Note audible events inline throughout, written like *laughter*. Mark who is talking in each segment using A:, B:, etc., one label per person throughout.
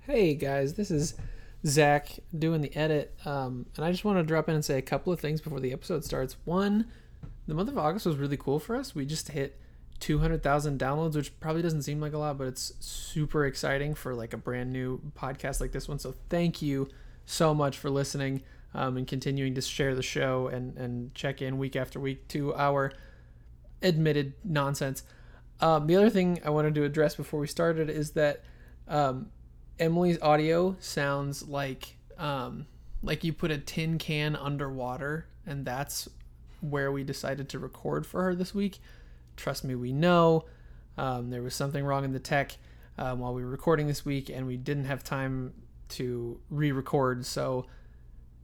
A: Hey guys, this is Zach doing the edit, um, and I just want to drop in and say a couple of things before the episode starts. One, the month of August was really cool for us. We just hit 200,000 downloads, which probably doesn't seem like a lot, but it's super exciting for like a brand new podcast like this one. So thank you so much for listening um, and continuing to share the show and and check in week after week to our admitted nonsense. Um, the other thing I wanted to address before we started is that um, Emily's audio sounds like um, like you put a tin can underwater, and that's where we decided to record for her this week. Trust me, we know um, there was something wrong in the tech um, while we were recording this week, and we didn't have time to re-record. So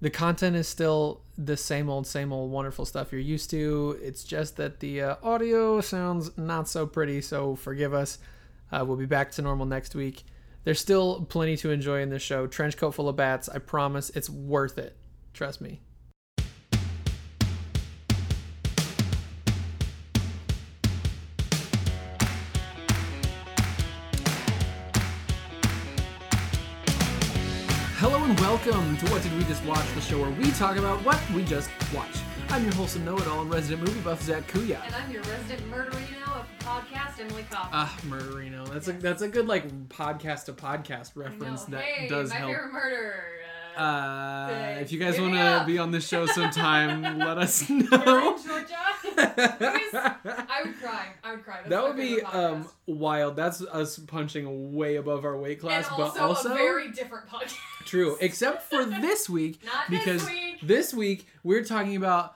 A: the content is still the same old, same old wonderful stuff you're used to. It's just that the uh, audio sounds not so pretty, so forgive us. Uh, we'll be back to normal next week. There's still plenty to enjoy in this show. Trench coat full of bats. I promise it's worth it. Trust me. Hello and welcome to What Did We Just Watch, the show where we talk about what we just watched. I'm your wholesome know-it-all and resident movie buff, Zach Kuya.
B: And I'm your resident murderino of the podcast, Emily Cobb.
A: Ah, Murderino. That's a that's a good like podcast to podcast reference that
B: hey,
A: does
B: my
A: help.
B: favorite murder. Uh,
A: Uh, if you guys
B: Hit me
A: want to
B: up.
A: be on this show
B: *laughs*
A: sometime, let us
B: murder
A: know. *laughs*
B: in Georgia. Please. I would cry. I would cry. That's
A: that
B: my
A: would be
B: favorite podcast.
A: um wild. That's us punching way above our weight class,
B: and
A: but
B: also,
A: also
B: a very different podcast. *laughs*
A: true. Except for this week,
B: Not this
A: because
B: week.
A: this week we're talking about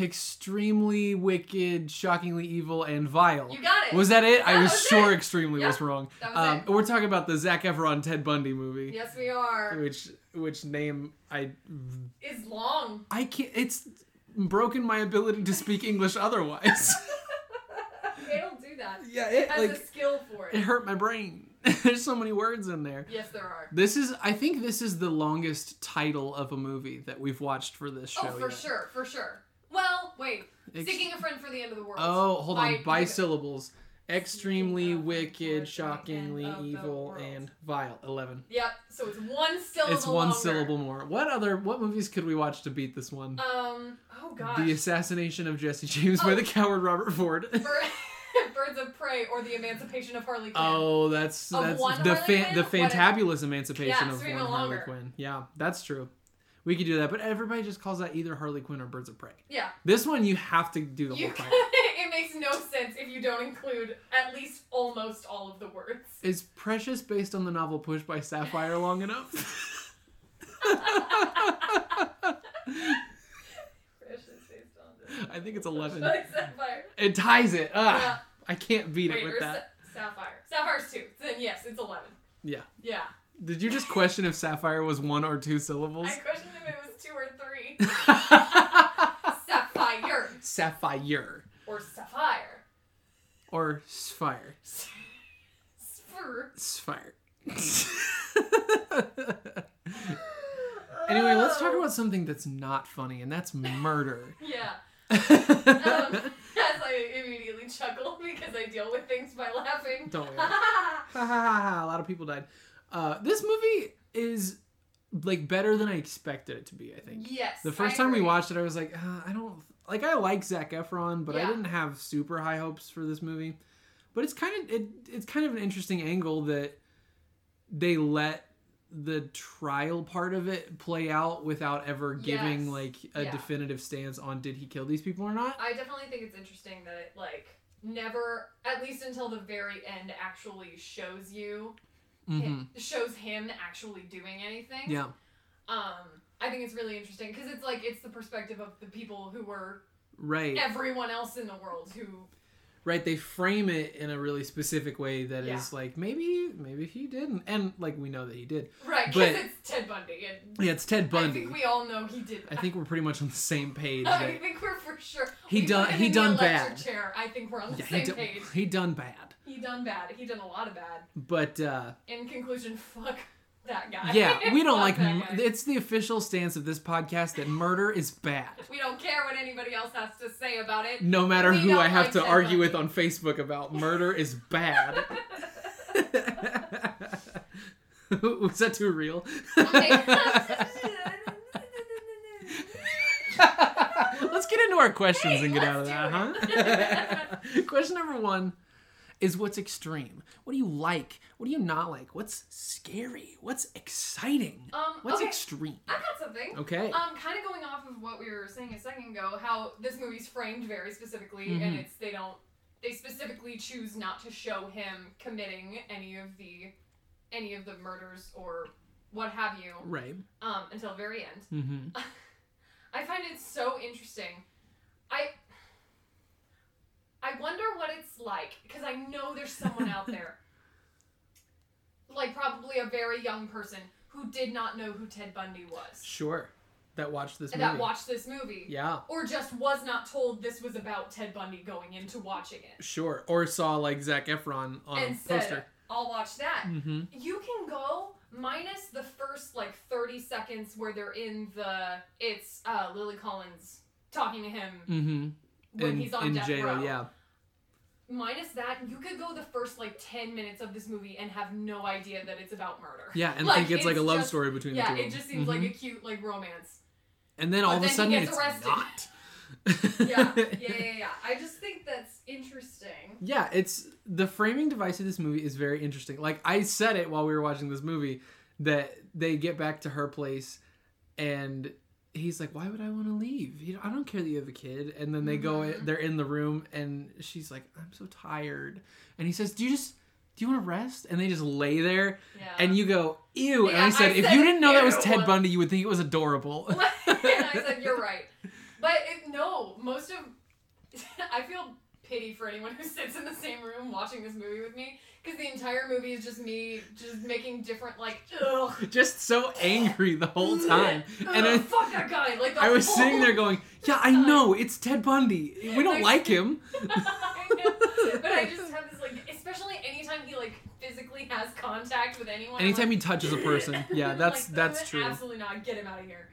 A: extremely wicked, shockingly evil, and vile.
B: You got it.
A: Was that it? I
B: That
A: was,
B: was
A: sure
B: it.
A: extremely
B: Yeah,
A: was wrong.
B: that was
A: um,
B: it.
A: We're talking about the Zac Efron Ted Bundy movie,
B: yes, we are.
A: which which name I
B: It's long.
A: I can't. It's broken my ability to speak English otherwise.
B: It'll do that.
A: yeah, it
B: Has a
A: like
B: skill for
A: it
B: it.
A: hurt my brain. *laughs* There's so many words in there.
B: Yes, there are.
A: This is. I think this is the longest title of a movie that we've watched for this show.
B: Oh, for
A: yet.
B: sure, for sure. Well, wait.
A: Ex-
B: Seeking a friend for the end of the world.
A: Oh, hold on.
B: By-
A: By, syllables. Extremely
B: Speaking of the
A: wicked,
B: Lord,
A: shockingly
B: and of the
A: evil,
B: world.
A: and vile. Eleven.
B: Yep. So it's one syllable.
A: It's one
B: longer.
A: syllable more. What other? What movies could we watch to beat this one?
B: Um. Oh gosh.
A: the assassination of Jesse James by
B: Oh.
A: the coward Robert Ford. *laughs*
B: Bir- *laughs* Birds of Prey or the Emancipation of Harley Quinn.
A: Oh, that's
B: Of
A: that's
B: one
A: the
B: Harley
A: fan, the
B: Quinn?
A: fantabulous emancipation
B: Yeah,
A: of
B: so
A: one
B: even
A: Harley
B: longer.
A: Quinn. Yeah, that's true. We could do that, but everybody just calls that either Harley Quinn or Birds of Prey.
B: Yeah.
A: This one you have to do the
B: You,
A: whole thing.
B: *laughs* it makes no sense if you don't include at least almost all of the words.
A: Is Precious based on the novel Push by Sapphire long enough? *laughs*
B: Precious based on this.
A: I think it's eleven.
B: Like *laughs* Sapphire.
A: It ties it. Ugh.
B: Yeah.
A: I can't beat
B: Wait,
A: it
B: or
A: with that.
B: Sa- Sapphire. Sapphire's two. Then yes, it's eleven.
A: Yeah.
B: Yeah.
A: Did you just question if Sapphire was one or two syllables?
B: I questioned if it was two or three. Sapphire
A: *laughs* Sapphire
B: or Sapphire.
A: or Sphere.
B: Sphere.
A: Sphere. *laughs* Anyway, let's talk
B: Oh.
A: about something that's not funny, and that's murder.
B: *laughs* Yeah. Um, *laughs*
A: Don't
B: as I immediately chuckle because I deal with things by laughing.
A: we? all? Ha,
B: *laughs*
A: ha, ha, ha, A lot of people died. Uh, this movie is like better than I expected it to be. I think
B: yes.
A: the
B: I
A: first time we
B: agree.
A: watched it, I was like, uh, I don't like. I like Zac Efron, but I
B: Yeah.
A: didn't have super high hopes for this movie. But it's kind of it, it's kind of an interesting angle that they let the trial part of it play out without ever giving
B: Yes.
A: like a
B: Yeah.
A: definitive stance on did he kill these people or not.
B: I definitely think it's interesting that it like never, at least until the very end, actually shows you
A: hmm
B: hi- shows him actually doing anything.
A: Yeah.
B: Um, I think it's really interesting because it's like it's the perspective of the people who were
A: Right.
B: everyone else in the world who
A: Right. They frame it in a really specific way that is
B: Yeah.
A: like maybe maybe he didn't and like we know that he did.
B: right
A: But-
B: because it's Ted Bundy and
A: Yeah, it's Ted
B: I
A: Bundy.
B: think we all know he did.
A: I
B: that.
A: think we're pretty much on the same page.
B: *laughs* I
A: That,
B: think we're for sure.
A: He
B: We put
A: done-
B: him
A: he
B: in
A: done
B: the electric
A: bad.
B: Chair. I think we're *laughs* on the
A: yeah, he
B: same
A: done,
B: page.
A: he done bad.
B: He done bad. He done a lot of bad.
A: But
B: *laughs*
A: uh
B: In conclusion, fuck that guy.
A: yeah, we don't
B: *laughs*
A: like
B: Fuck that
A: mur-
B: guy.
A: it's the official stance of this podcast that murder is bad.
B: We don't care what anybody else has to say about
A: *laughs*
B: it.
A: No matter
B: We
A: who
B: don't
A: I have
B: like
A: to
B: Ted
A: argue
B: Bundy.
A: with on
B: *laughs*
A: Facebook about murder *laughs* is bad. Was that too real? *laughs* Let's get into our questions
B: Hey,
A: and get out of
B: let's
A: that,
B: do
A: huh? *laughs* Question number one is what's extreme? What do you like? What do you not like? What's scary? What's exciting?
B: *laughs* Um,
A: what's
B: okay.
A: extreme?
B: I got something.
A: Okay.
B: Um, kind of going off of what we were saying a second ago, how this movie's framed very specifically, and
A: Mhm.
B: it's they don't they specifically choose not to show him committing any of the any of the murders or what have you
A: right.
B: um, until very end.
A: Mm-hmm.
B: *laughs* I find it so interesting. I I wonder what it's like because I know there's someone
A: *laughs*
B: out there, like probably a very young person who did not know who Ted Bundy was
A: Sure. That watched this
B: and
A: movie.
B: that watched this movie,
A: yeah.
B: or just was not told this was about Ted Bundy going into watching it,
A: Sure. Or saw like Zach Efron on
B: and
A: a
B: said,
A: poster.
B: "I'll watch that."
A: Mm-hmm.
B: You can go minus the first like 30 seconds where they're in the it's uh, Lily Collins talking to him
A: Mm-hmm.
B: when
A: in,
B: he's on
A: in
B: death
A: jail,
B: row.
A: yeah.
B: Minus that, you could go the first like ten minutes of this movie and have no idea that it's about murder.
A: Yeah,
B: *laughs*
A: and think it's, like a love
B: just-
A: story *laughs* between
B: Yeah,
A: the two.
B: it
A: of them. Mm-hmm.
B: just seems like a cute
A: *laughs*
B: like romance.
A: And then
B: But
A: all of
B: then
A: a
B: he
A: sudden,
B: gets
A: it's
B: arrested.
A: not. *laughs*
B: *laughs* Yeah, yeah, yeah, yeah. I just think that's interesting.
A: Yeah, it's the framing device of this movie is very interesting. Like I said it while we were watching this movie that they get back to her place and he's like, "Why would I want to leave? You know, I don't care that you have a kid." And then they go
B: Mhm.
A: they're in the room and she's like, "I'm so tired." And he says, "Do you just do you want to rest?" And they just lay there
B: Yeah. *laughs*
A: and you go, "Ew." and
B: Yeah,
A: I said,
B: I
A: "If
B: said,
A: you didn't know that was
B: "Ew."
A: Ted Bundy, you would think it was
B: *laughs*
A: adorable."
B: and I said, "You're right," but it, no, most of *laughs* I feel pity for anyone who sits in the same room watching this movie with me because the entire movie is just me just making different like ugh.
A: *laughs* just so angry the
B: *laughs*
A: whole time. And
B: Ugh,
A: I
B: fuck that guy. Like the
A: I was
B: whole
A: sitting there going, "Yeah,
B: *laughs*
A: I know it's Ted Bundy. We don't like him."
B: I
A: *laughs*
B: know. But I just have this like, especially anytime he like physically has contact with anyone. I'm
A: Anytime
B: like,
A: he touches a
B: *laughs*
A: person, yeah, that's
B: like,
A: that's true.
B: Absolutely not. Get him out of here.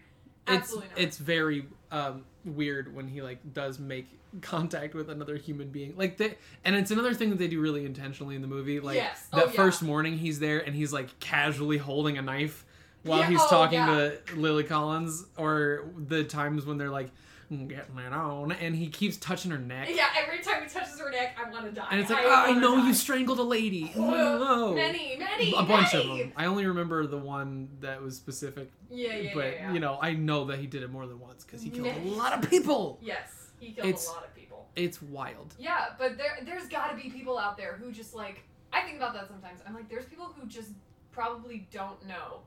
A: It's
B: Absolutely not.
A: it's very um, weird when he like does make *laughs* contact with another human being, like they, and it's another thing that they do really intentionally in the movie. Like
B: Yes. Oh,
A: that
B: yeah.
A: first morning, he's there and he's like casually holding a knife while
B: Yeah,
A: he's
B: oh,
A: talking to Lily Collins, or the times when they're like "Mm, getting it on, and he keeps touching her neck,
B: *laughs* yeah, every time he touches her neck, I want to die.
A: and it's like,
B: I,
A: "Oh, I
B: wanna
A: know
B: die."
A: you strangled a lady.
B: Ugh,
A: No.
B: Oh, Many, many,
A: a bunch of
B: many.
A: them. I only remember the one that was specific,
B: Yeah, yeah,
A: but
B: yeah, yeah.
A: you know, I know that he did it more than once because he killed a
B: Many
A: lot of
B: *laughs*
A: people.
B: yes, he killed
A: It's-
B: a lot of people.
A: It's wild.
B: Yeah, but there there's got to be people out there who just like I think about that sometimes. I'm like, there's people who just probably don't know.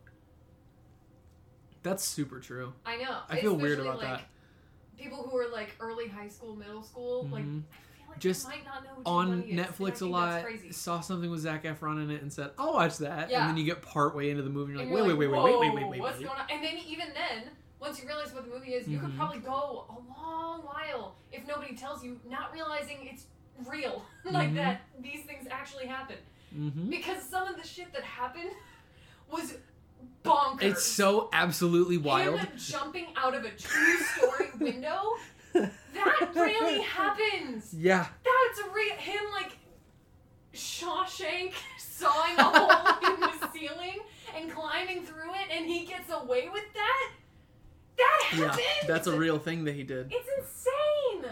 A: That's super true.
B: I know.
A: I feel weird
B: Especially,
A: about
B: like,
A: that.
B: People who are like early high school, middle school, like
A: Mhm.
B: I feel like
A: Just
B: they might not know who Ted
A: On
B: Bundy is, and I
A: Netflix a
B: think
A: lot,
B: That's crazy.
A: saw something with Zac Efron in it and said, "I'll watch that,"
B: Yeah.
A: and then you get part way into the movie and you're
B: And
A: like,
B: you're
A: "Wait, wait,
B: like,
A: wait, wait,
B: "Whoa,
A: wait, wait, wait,
B: What's
A: wait."
B: going on? And then even then, once you realize what the movie is, you could
A: Mhm.
B: probably go a long while if nobody tells you, not realizing it's real, *laughs* like
A: Mhm.
B: that these things actually happen.
A: Mm-hmm.
B: Because some of the shit that happened was bonkers.
A: Mm-hmm. It's so absolutely wild.
B: Him jumping out of a two-story window. That really happens.
A: *laughs*
B: *laughs*
A: yeah,
B: That's real. Him like Shawshank *laughs* sawing
A: *laughs*
B: a hole in the ceiling and climbing through it, and he gets away with that. That
A: yeah,
B: happened.
A: that's a real thing that he did.
B: It's insane.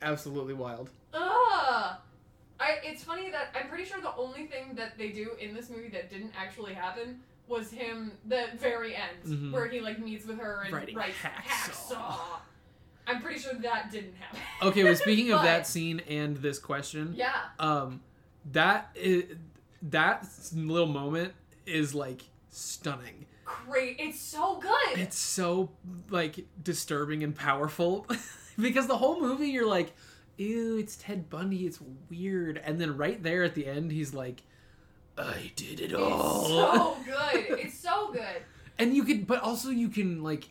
A: Absolutely
B: *laughs*
A: wild.
B: Ugh. I, it's funny that I'm pretty sure the only thing that they do in this movie that didn't actually happen was him the very end
A: Mhm.
B: where he like meets with her and
A: Writing
B: writes
A: hacksaw.
B: hacksaw. I'm pretty sure that didn't
A: *laughs*
B: happen.
A: Okay, well, speaking of
B: But-
A: that scene and this question,
B: Yeah.
A: um that is, that s- little moment is like stunning
B: Great. It's so good.
A: it's so like disturbing and powerful *laughs* because the whole movie you're like ew it's ted bundy it's weird and then right there at the end he's like i did it all
B: It's so good. It's so good.
A: *laughs* and you could but also you can like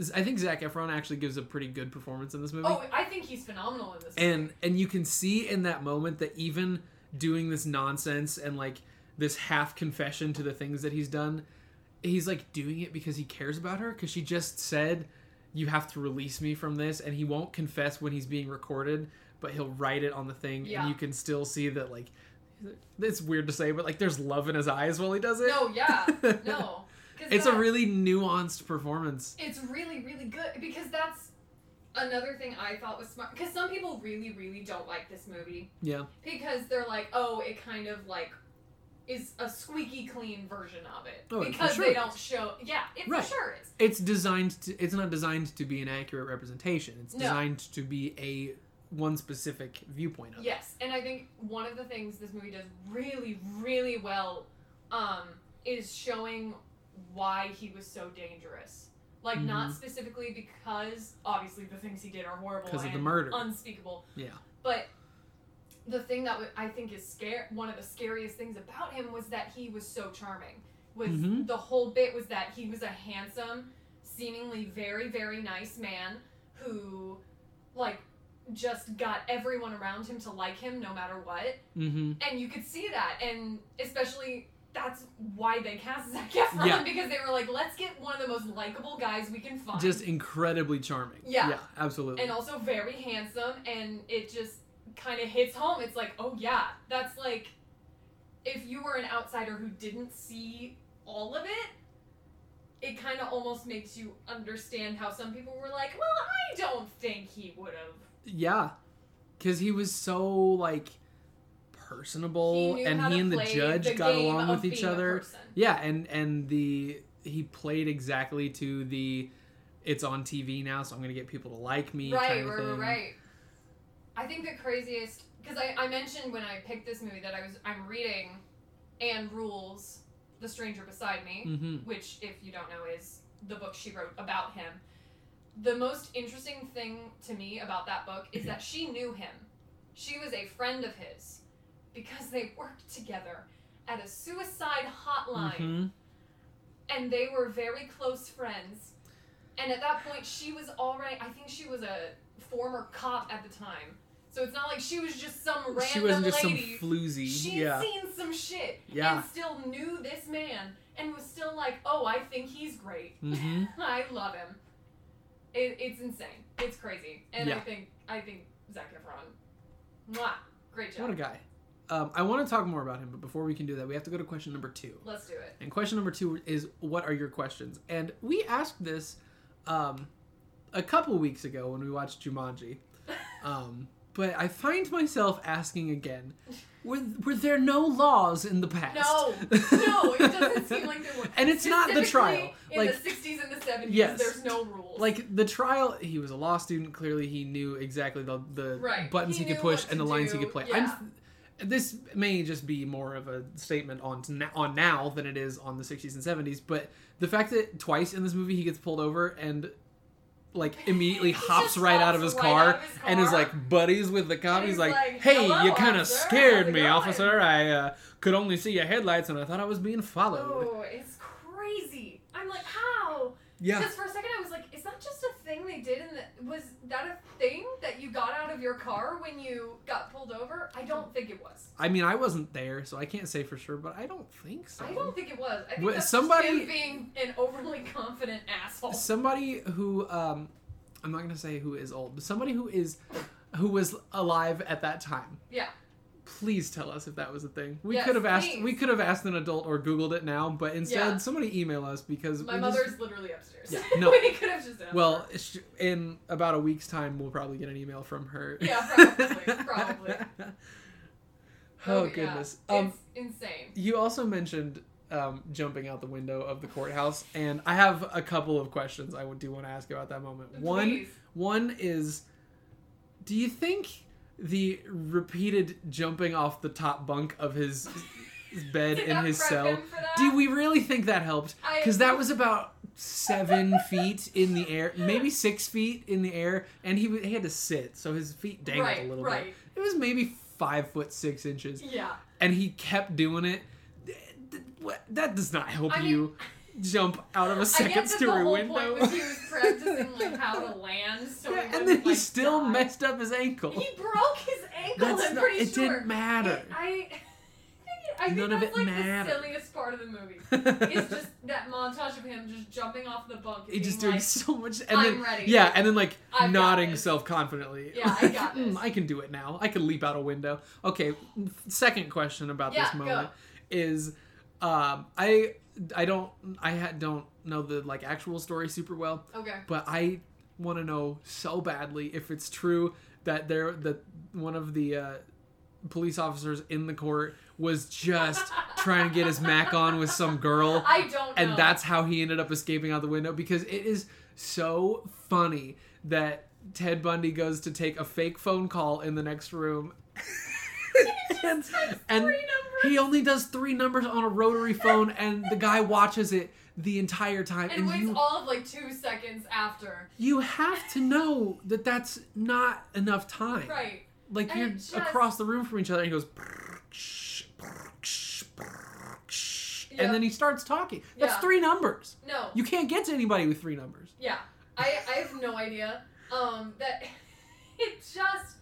A: z- i think zach efron actually gives a pretty good performance in this movie
B: Oh, I think he's phenomenal in this.
A: and and you can see in that moment that even doing this nonsense and like this half confession to the things that he's done he's like doing it because he cares about her because she just said you have to release me from this and he won't confess when he's being recorded but he'll write it on the thing
B: Yeah.
A: and you can still see that like it's weird to say, but like there's love in his eyes while he does it.
B: No,
A: *laughs*
B: yeah, no. 'Cause
A: It's
B: that-
A: a really nuanced performance.
B: it's really really good because that's another thing I thought was smart. Because some people really really don't like this movie
A: Yeah.
B: because they're like, oh, it kind of like is a squeaky clean version of it
A: Oh, it for
B: because
A: sure
B: they
A: is.
B: don't show. Yeah, it
A: Right.
B: for sure is.
A: It's designed to it's not designed to be an accurate representation. It's
B: No.
A: designed to be a one specific viewpoint of it.
B: Yes, and I think one of the things this movie does really, really well um, is showing why he was so dangerous. Like,
A: Mm-hmm.
B: not specifically because obviously the things he did are horrible
A: 'Cause of the
B: and
A: murder.
B: unspeakable,
A: Yeah.
B: but the thing that wa- I think is scare one of the scariest things about him was that he was so charming. Was
A: Mhm.
B: the whole bit was that he was a handsome, seemingly very very nice man who, like, just got everyone around him to like him no matter what,
A: Mm-hmm.
B: and you could see that, and especially. That's why they cast Zac Efron
A: Yeah.
B: because they were like, let's get one of the most likable guys we can find
A: Just incredibly charming.
B: Yeah.
A: Yeah, absolutely.
B: and also very handsome and it just kind of hits home it's like oh yeah that's like if you were an outsider who didn't see all of it it kind of almost makes you understand how some people were like well i don't think he would have
A: Yeah, because he was so like personable,
B: knew
A: and
B: how
A: he
B: to
A: and the
B: play
A: judge
B: the
A: got
B: game
A: along
B: of
A: with each
B: being a
A: other.
B: person.
A: Yeah, and and the he played exactly to the it's on TV now, so I'm gonna get people to like me.
B: right
A: kind of
B: right right
A: thing.
B: right i think the craziest because I, I mentioned when i picked this movie that i was i'm reading anne rules the stranger beside me
A: Mm-hmm.
B: which, if you don't know, is the book she wrote about him. The most interesting thing to me about that book is that she knew him. She was a friend of his because they worked together at a suicide hotline
A: hmm Mm-hmm.
B: and they were very close friends. And at that point, she was already, I think she was a former cop at the time. So it's not like she was just some random
A: She wasn't just
B: lady.
A: some floozy.
B: She'd
A: yeah,
B: seen some shit
A: Yeah.
B: and still knew this man and was still like, oh, I think he's great.
A: Mhm.
B: *laughs* I love him. It, it's insane. It's crazy. And I
A: Yeah.
B: think I think Zac Efron. Mwah. Great
A: what a
B: job.
A: guy. Um, I want to talk more about him, but before we can do that, we have to go to question number two.
B: Let's
A: *laughs*
B: do it.
A: And question number two is what are your questions? And we asked this um, a couple weeks ago when we watched Jumanji. Um, but I find myself asking again were, were there no laws in the past?
B: No, no, it doesn't seem like there were.
A: *laughs* And it's not the trial.
B: Specifically, In
A: Like,
B: the 60s and the 70s,
A: Yes.
B: there's no rules.
A: like the trial, he was a law student. Clearly, he knew exactly the, the
B: Right.
A: buttons
B: He
A: he, could
B: knew what
A: push
B: to
A: and the lines he
B: do,
A: could play.
B: yeah.
A: I'm, this may just be more of a statement on to, on now than it is on the 60s and 70s, but the fact that twice in this movie he gets pulled over and
B: *laughs*
A: like immediately
B: He
A: hops
B: just
A: right, out, of
B: hops
A: his
B: right
A: car,
B: out of his
A: and is
B: car.
A: like buddies with the cop.
B: And
A: He's,
B: he's
A: like,
B: like,
A: "Hey,
B: "Hello,
A: you kind of
B: officer.
A: scared
B: How's it
A: me,
B: going?"
A: officer. I uh, could only see your headlights, and I thought I was being followed."
B: oh, it's crazy. I'm like, how?
A: Yeah,
B: Because for a second I was like, is that just a thing they did? And the, was that a thing that you got out of your car when you got pulled over? I don't think it was.
A: I mean, I wasn't there, so I can't say for sure, but I don't think so.
B: I don't think it was. I think
A: Well,
B: that's
A: somebody-
B: just him being an overly *laughs* confident asshole.
A: somebody who um i'm not gonna say who is old but somebody who is who was alive at that time
B: Yeah.
A: please tell us if that was a thing we
B: Yes,
A: could have asked we
B: please.
A: could have asked an adult or googled it now but instead
B: Yeah.
A: somebody email us because
B: My
A: we just-
B: mother's literally upstairs. *laughs*
A: Yeah, no.
B: we could have just asked
A: well
B: her.
A: sh- in about a week's time we'll probably get an email from her
B: Yeah, probably, probably.
A: *laughs* oh
B: yeah.
A: goodness um
B: it's insane.
A: you also mentioned um, jumping out the window of the courthouse, and I have a couple of questions I would do want to ask about that moment. One,
B: Please.
A: one is, do you think the repeated jumping off the top bunk of
B: *laughs*
A: his, his bed
B: Did
A: in
B: that
A: his
B: prep
A: cell?
B: him for that?
A: Do we really think that helped?
B: I-
A: Because that was about
B: *laughs*
A: seven feet in the air, maybe six feet in the air, and he, w- he had to sit, so his feet dangled
B: Right,
A: a little
B: right.
A: bit. It was maybe five foot six inches
B: Yeah.
A: and he kept doing it. Th- th- what- That does not help
B: I mean- *laughs*
A: you jump out of a
B: I get
A: second
B: that the
A: story
B: whole
A: window.
B: point was he was practicing like
A: *laughs*
B: how to land, so
A: Yeah,
B: he
A: and then
B: wouldn't,
A: he
B: like,
A: still
B: die.
A: messed up his ankle.
B: He broke his ankle.
A: That's
B: I'm
A: not-
B: pretty
A: it
B: sure.
A: didn't matter.
B: I, *laughs* I think
A: None of
B: that's
A: it
B: like
A: mattered.
B: the silliest part part of the movie.
A: *laughs*
B: It's just that montage of him just jumping off the bunk. And
A: He's just
B: being
A: doing
B: like,
A: so much, and
B: I'm
A: then
B: ready.
A: yeah, and then like
B: I've got
A: nodding
B: this.
A: self confidently.
B: Yeah,
A: *laughs*
B: I got this.
A: I can do it now. I can leap out a window. Okay, second question about
B: Yeah,
A: this
B: go.
A: moment is, um, I I don't I ha- don't know the like actual story super well,
B: Okay.
A: but I want to know so badly if it's true that there that one of the uh, police officers in the court was just trying to get his mac on with some girl
B: *laughs* I don't know.
A: and that's how he ended up escaping out the window because it is so funny that Ted Bundy goes to take a fake phone call in the next
B: *laughs*
A: room. and and
B: three numbers.
A: he only does three numbers on a rotary phone, and the guy watches it the entire time.
B: And waits
A: you,
B: all of like two seconds after.
A: you have to know that that's not enough time.
B: Right.
A: Like
B: And
A: you're
B: it just-
A: across the room from each other, and he goes. "Brrrksh, brrrksh, brrrksh,"
B: Yep.
A: And then he starts talking. That's
B: Yeah.
A: three numbers.
B: No.
A: You can't get to anybody with three numbers.
B: Yeah, I, I have no idea. Um, that *laughs* it just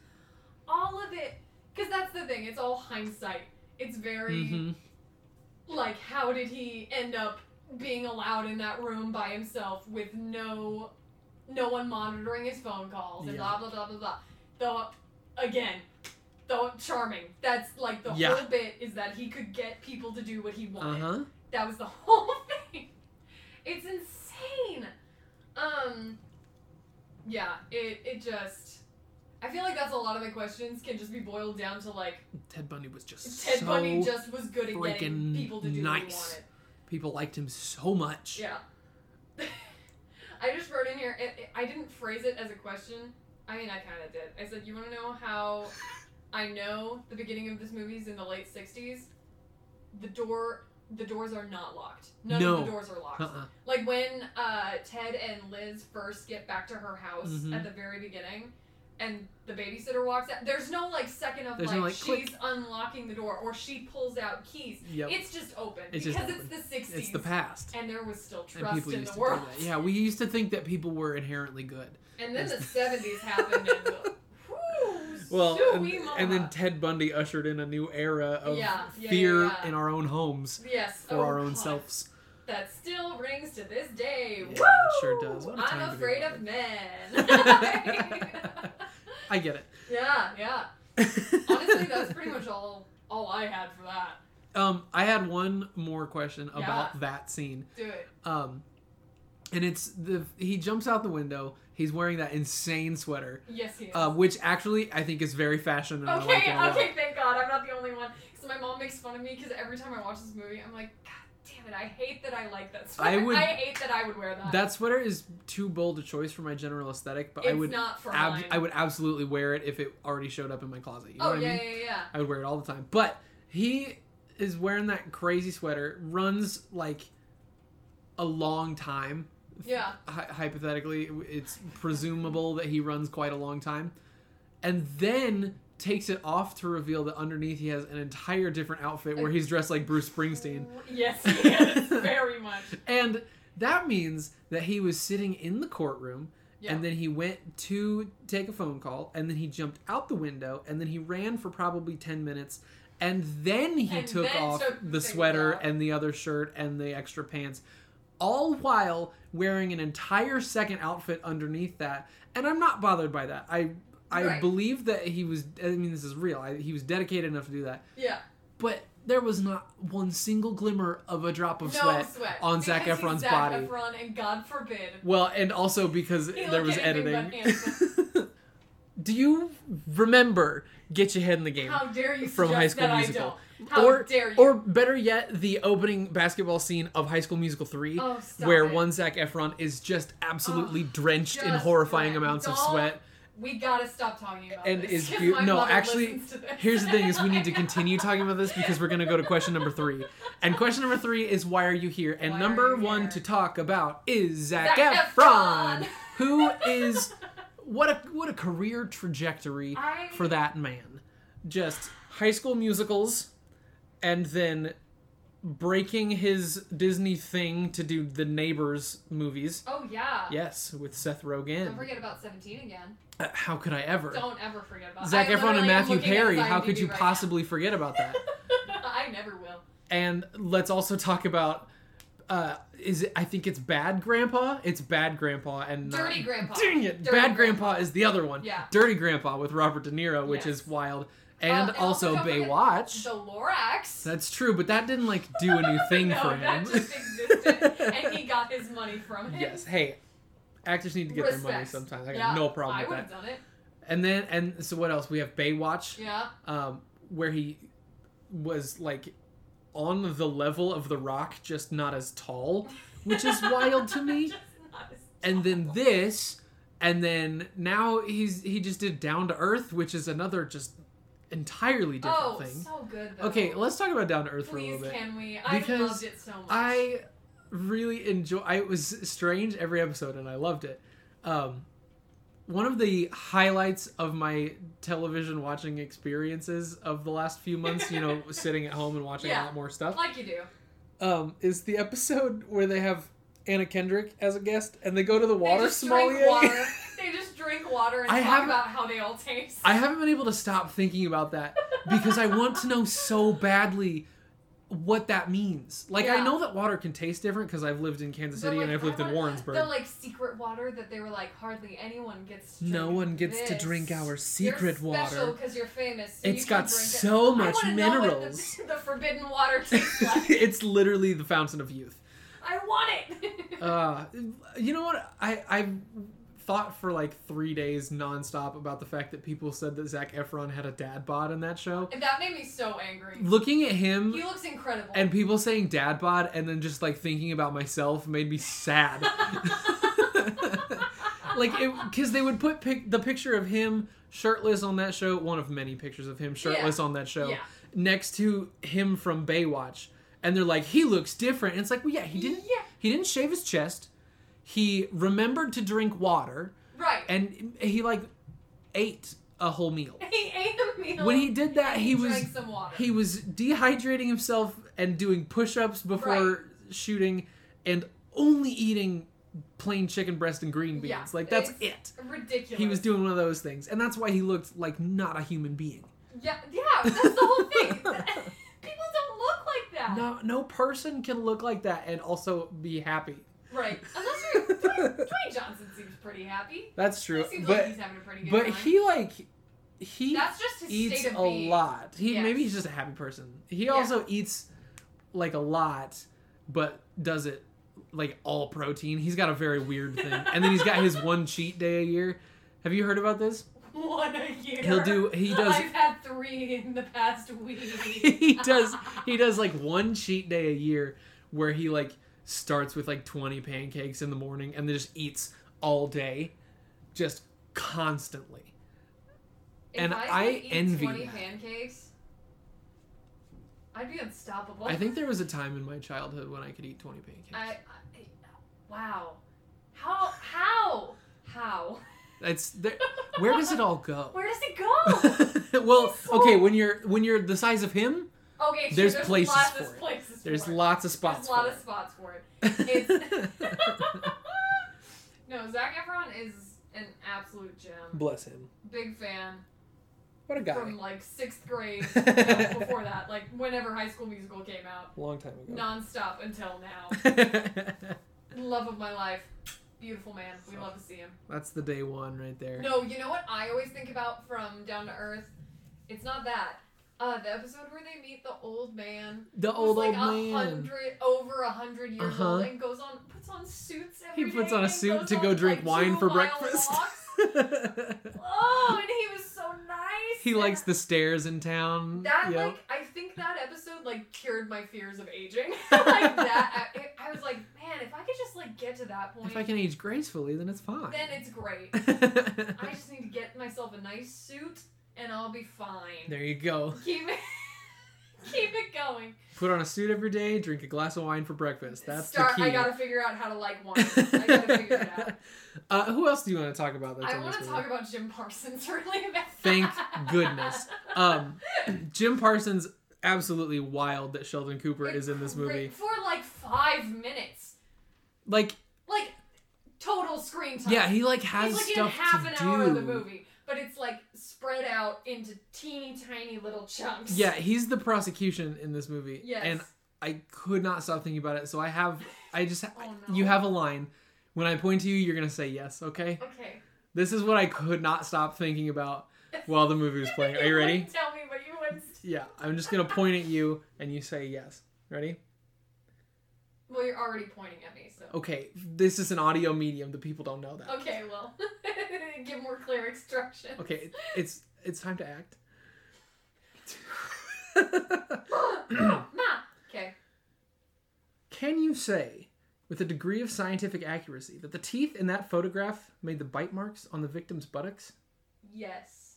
B: all of it because that's the thing. It's all hindsight. It's very
A: Mhm.
B: like how did he end up being allowed in that room by himself with no no one monitoring his phone calls and
A: Yeah.
B: blah blah blah blah blah. Though again, though charming. That's like the
A: Yeah.
B: whole bit is that he could get people to do what he wanted.
A: Uh-huh.
B: That was the *laughs* whole thing. It's insane. Um yeah, it it just I feel like that's a lot of my questions can just be boiled down to like
A: Ted Bundy was just
B: Ted
A: so
B: Bundy just was good at
A: freaking
B: getting people to do
A: nice.
B: what he wanted.
A: people liked him so much.
B: Yeah. *laughs* I just wrote in here it, it- I didn't phrase it as a question. I mean, I kind of did. I said, "You want to know
A: *laughs*
B: how I know the beginning of this movie's in the late 60s? The door the doors are not locked. None
A: No.
B: of the doors are locked."
A: Uh-uh.
B: Like when uh, Ted and Liz first get back to her house
A: Mhm.
B: at the very beginning, and the babysitter walks out. There's no like second of
A: There's
B: like,
A: no, like,
B: she's
A: click.
B: unlocking the door or she pulls out keys.
A: Yep.
B: It's just open
A: It's
B: because
A: just
B: it's
A: open.
B: the '60s,
A: It's the past.
B: and there was still
A: And
B: trust
A: people
B: in
A: used
B: the
A: to
B: world.
A: do that. Yeah, we used to think that people were inherently good.
B: And then the
A: That's-
B: '70s happened,
A: *laughs*
B: and *laughs* whew,
A: Well, and,
B: suey mama.
A: and then Ted Bundy ushered in a new era of
B: Yeah, yeah,
A: fear
B: yeah, yeah.
A: in our own homes
B: yes,
A: for
B: oh,
A: our own
B: God.
A: selves.
B: That still rings to this day.
A: Yeah,
B: Woo!
A: it sure does. What a time
B: I'm
A: to be
B: afraid of
A: alive. *laughs*
B: men.
A: I get it.
B: *laughs* yeah, yeah. Honestly, that's
A: *laughs*
B: pretty much all all I had for that.
A: um, I had one more question about
B: Yeah.
A: that scene.
B: Do it.
A: Um, and it's the he jumps out the window. He's wearing that insane sweater.
B: Yes, he is.
A: Uh, which actually I think is very fashion and I like it
B: okay,
A: a lot.
B: okay, thank God. I'm not the only one. Because my mom makes fun of me because every time I watch this movie, I'm like, God damn it, I hate that I like that sweater.
A: I would-
B: hate that I would wear that.
A: That sweater is too bold a choice for my general aesthetic, but
B: it's
A: I would
B: not for
A: ab-
B: mine.
A: I would absolutely wear it if it already showed up in my closet. You know
B: oh,
A: what I
B: yeah,
A: mean?
B: yeah, yeah.
A: I would wear it all the time. But he is wearing that crazy sweater, runs like a long time.
B: Yeah.
A: Hy- hypothetically, it's presumable that he runs quite a long time, and then takes it off to reveal that underneath he has an entire different outfit where he's dressed like Bruce Springsteen.
B: *laughs* Yes, he is. Very much.
A: And that means that he was sitting in the courtroom
B: Yeah.
A: and then he went to take a phone call and then he jumped out the window and then he ran for probably 10 minutes and then he
B: And
A: took
B: then
A: off
B: took
A: the
B: things
A: sweater
B: off.
A: and the other shirt and the extra pants all while wearing an entire second outfit underneath that and I'm not bothered by that. I I
B: Right.
A: believe that he was I mean this is real. I, he was dedicated enough to do that.
B: yeah.
A: But there was not one single glimmer of a drop of
B: no
A: sweat on Zac
B: Zac
A: Efron's
B: Zac
A: body.
B: Efron, and God forbid.
A: Well, and also because
B: looked
A: there was
B: anything
A: editing. *laughs*
B: but
A: Do you remember Get Your Head in the Game?
B: How dare you
A: From High
B: suggest
A: School
B: that
A: Musical.
B: I don't. How
A: or,
B: dare you?
A: or better yet, the opening basketball scene of High School Musical 3,
B: Oh, stop
A: where
B: it.
A: one Zac Efron is just absolutely drenched in
B: just
A: horrifying
B: drenched.
A: amounts of
B: Don't-
A: sweat.
B: We gotta stop talking about
A: And
B: this.
A: is
B: 'cause
A: beau-
B: my
A: no,
B: mother
A: actually,
B: listens to this.
A: Here's the thing is we need
B: *laughs*
A: to continue talking about this because we're going to go to question number three. And question number three is why are you here? And
B: Why are
A: number
B: you
A: one
B: here?
A: to talk about is Zac,
B: Zac
A: Efron,
B: Efron. *laughs*
A: who is what a what a career trajectory
B: I-
A: for that man. Just high school musicals, and then breaking his Disney thing to do the Neighbors movies.
B: Oh yeah.
A: Yes, with Seth
B: Don't
A: Rogen.
B: forget about Seventeen again.
A: Uh, How could I ever?
B: Don't ever forget about
A: Zac Efron
B: I literally
A: and
B: am
A: Matthew
B: looking at
A: Perry.
B: his
A: How could
B: IMDb
A: you
B: right now.
A: possibly forget about that?
B: *laughs* I never will.
A: and let's also talk about. Uh, is it, I think it's bad grandpa. It's bad grandpa and not-
B: Dirty Grandpa.
A: Dang it!
B: Dirty
A: bad grandpa is the other one.
B: Yeah.
A: Dirty grandpa with Robert De Niro, which
B: Yes.
A: is wild, and
B: and
A: also
B: also don't forget
A: Baywatch.
B: The Lorax.
A: That's true, but that didn't like do a new thing
B: *laughs* no,
A: for him.
B: That just existed,
A: *laughs*
B: and he got his money from him.
A: Yes. Hey, actors need to get their money
B: Respect.
A: sometimes. I got
B: Yeah,
A: no problem
B: I
A: with
B: would
A: that.
B: have done it.
A: And then, and so what else? We have Baywatch,
B: Yeah.
A: um, where he was like on the level of The Rock, just not as tall, which is wild to me.
B: *laughs* Just not as
A: And then
B: tall.
A: this, and then now he's he just did Down to Earth, which is another just entirely different
B: oh,
A: thing.
B: so good though.
A: Okay, let's talk about Down to Earth for a
B: Please,
A: little bit.
B: can we? I
A: Because
B: loved it so much.
A: I really enjoy. I, it was strange every episode, and I loved it. Um, one of the highlights of my television watching experiences of the last few months, you
B: *laughs*
A: know, sitting at home and watching a
B: Yeah.
A: lot more stuff,
B: like you do.
A: um, is the episode *laughs* where they have Anna Kendrick as a guest, and they go to the water
B: they just
A: sommelier. *laughs*
B: drink water. they just drink water and
A: I
B: talk
A: haven't-
B: about how they all taste.
A: I haven't been able to stop thinking about that because I want to know so badly what that means. Like I
B: Yeah.
A: know that water can taste different because I've lived in Kansas
B: The,
A: City and
B: like,
A: I've lived in
B: I want-
A: Warrensburg.
B: The like secret water that they were like hardly anyone gets. To drink
A: No one gets to
B: this.
A: drink our secret
B: you're
A: water.
B: because you're famous. so
A: It's
B: you can
A: got
B: drink it.
A: so
B: I
A: much
B: wanna know what
A: minerals.
B: *laughs* the, the forbidden water tastes like.
A: *laughs* it's literally the fountain of youth.
B: I want it.
A: Uh, you know what? I I thought for like three days nonstop about the fact that people said that Zach Efron had a dad bod in that show.
B: and *laughs* that made me so angry.
A: Looking at him
B: He looks incredible.
A: and people saying dad bod and then just like thinking about myself made me sad. *laughs* like it because they would put pic- the picture of him shirtless on that show one of many pictures of him shirtless on that show
B: Yeah.
A: next to him from baywatch and they're like he looks different and it's like well yeah he didn't
B: Yeah.
A: he didn't shave his chest he remembered to drink water
B: right. *laughs*
A: and he like ate a whole meal
B: he ate a meal.
A: when he did that he
B: and
A: was
B: drank some water.
A: he was dehydrating himself and doing push-ups before
B: Right.
A: shooting and only eating plain chicken breast and green beans
B: Yeah,
A: like that's
B: it's-
A: it
B: ridiculous.
A: he was doing one of those things and that's why he looked like not a human being
B: Yeah, yeah. That's the
A: *laughs*
B: whole thing. *laughs* people don't look like that.
A: no no person can look like that and also be happy
B: Right. Unless you're *laughs* Dwayne Johnson seems pretty happy.
A: *laughs* that's true
B: He seems like
A: but
B: he's having a pretty good
A: but
B: time.
A: he like he
B: That's just his
A: eats
B: state of
A: a
B: being.
A: lot he
B: Yes.
A: maybe he's just a happy person he also eats like a lot but does it like all protein he's got a very weird thing and then he's got
B: *laughs*
A: his one cheat day a year have you heard about this *laughs*
B: One a year.
A: He'll do-
B: *laughs*
A: he does-
B: I've had three in the past
A: *laughs*
B: week.
A: he does he does like one cheat day a year where he like starts with like 20 pancakes in the morning and then just eats all day just constantly
B: If
A: and
B: I, could
A: I
B: eat
A: envy
B: 20
A: that.
B: pancakes. I'd be unstoppable.
A: i think there was a time in my childhood when i could eat 20 pancakes
B: I, I wow. How how how
A: that's there, where does it all go
B: *laughs* where does it go?
A: *laughs* well,
B: He's so-
A: okay, when you're when you're the size of him,
B: Okay, sure,
A: There's
B: there's,
A: places
B: lots
A: for
B: of
A: it.
B: places for
A: there's
B: it.
A: lots of spots.
B: There's a lot
A: for
B: of
A: it.
B: spots for it.
A: *laughs*
B: It's *laughs* no, Zach Efron is an absolute gem.
A: Bless him.
B: Big fan
A: What a guy.
B: from like sixth
A: *laughs*
B: grade you know, before that, like whenever High School Musical came out,
A: Long time ago.
B: nonstop until now. Love of my life, beautiful man. We love to see him.
A: *laughs* That's the day one right there.
B: No, you know what I always think about from Down to Earth? It's not that. Uh, the episode where they meet the old man.
A: the
B: who's
A: old
B: like
A: old man.
B: a hundred over a hundred years
A: Uh-huh.
B: old and goes on puts on suits.
A: He
B: Every
A: puts
B: day
A: on a
B: and
A: suit
B: goes
A: to
B: on,
A: go drink
B: like,
A: wine for
B: two-mile
A: breakfast.
B: walks. oh, and he was so nice.
A: *laughs* he likes the stairs in town.
B: that.
A: Yep.
B: Like I think that episode like cured my fears of aging. *laughs* like that, I, I was like, man, if I could just like get to that point,
A: if I can age gracefully, then it's fine.
B: then it's great.
A: *laughs*
B: I just need to get myself a nice suit and I'll be fine.
A: there you go.
B: Keep it, *laughs* keep it going.
A: Put on a suit every day. Drink a glass of wine for breakfast. That's
B: Start.
A: the key.
B: I gotta figure out how to
A: *laughs*
B: like wine. I gotta figure it out.
A: uh, who else do you want to talk about? That's
B: I
A: in
B: want
A: this
B: to
A: movie?
B: talk about Jim Parsons *laughs* really bad.
A: Thank
B: *laughs*
A: goodness. Um, *clears throat* Jim Parsons absolutely wild that Sheldon Cooper is in this movie.
B: For like five minutes.
A: Like,
B: Like, total screen time.
A: yeah, he like
B: He's
A: has
B: like in
A: stuff
B: half
A: to
B: an
A: do.
B: hour of the movie, but it's like spread out into teeny tiny little chunks.
A: Yeah, he's the prosecution in this movie,
B: Yes.
A: and I could not stop thinking about it. So I have, I just,
B: *laughs* Oh, no.
A: you have a line. When I point to you, you're gonna say yes. Okay.
B: Okay. *laughs*
A: This is what I could not stop thinking about while the movie was playing. Are you ready?
B: wouldn't Tell me, but you wouldn't.
A: Yeah. I'm just gonna point at you, and you say yes. Ready?
B: Well, you're already pointing at me, so.
A: Okay. This is an audio medium. The people don't know that.
B: Okay, well, *laughs* give more clear instructions.
A: Okay. It's it's time to act.
B: *coughs* Ma. Okay.
A: Can you say, with a degree of scientific accuracy, that the teeth in that photograph made the bite marks on the victim's buttocks?
B: Yes.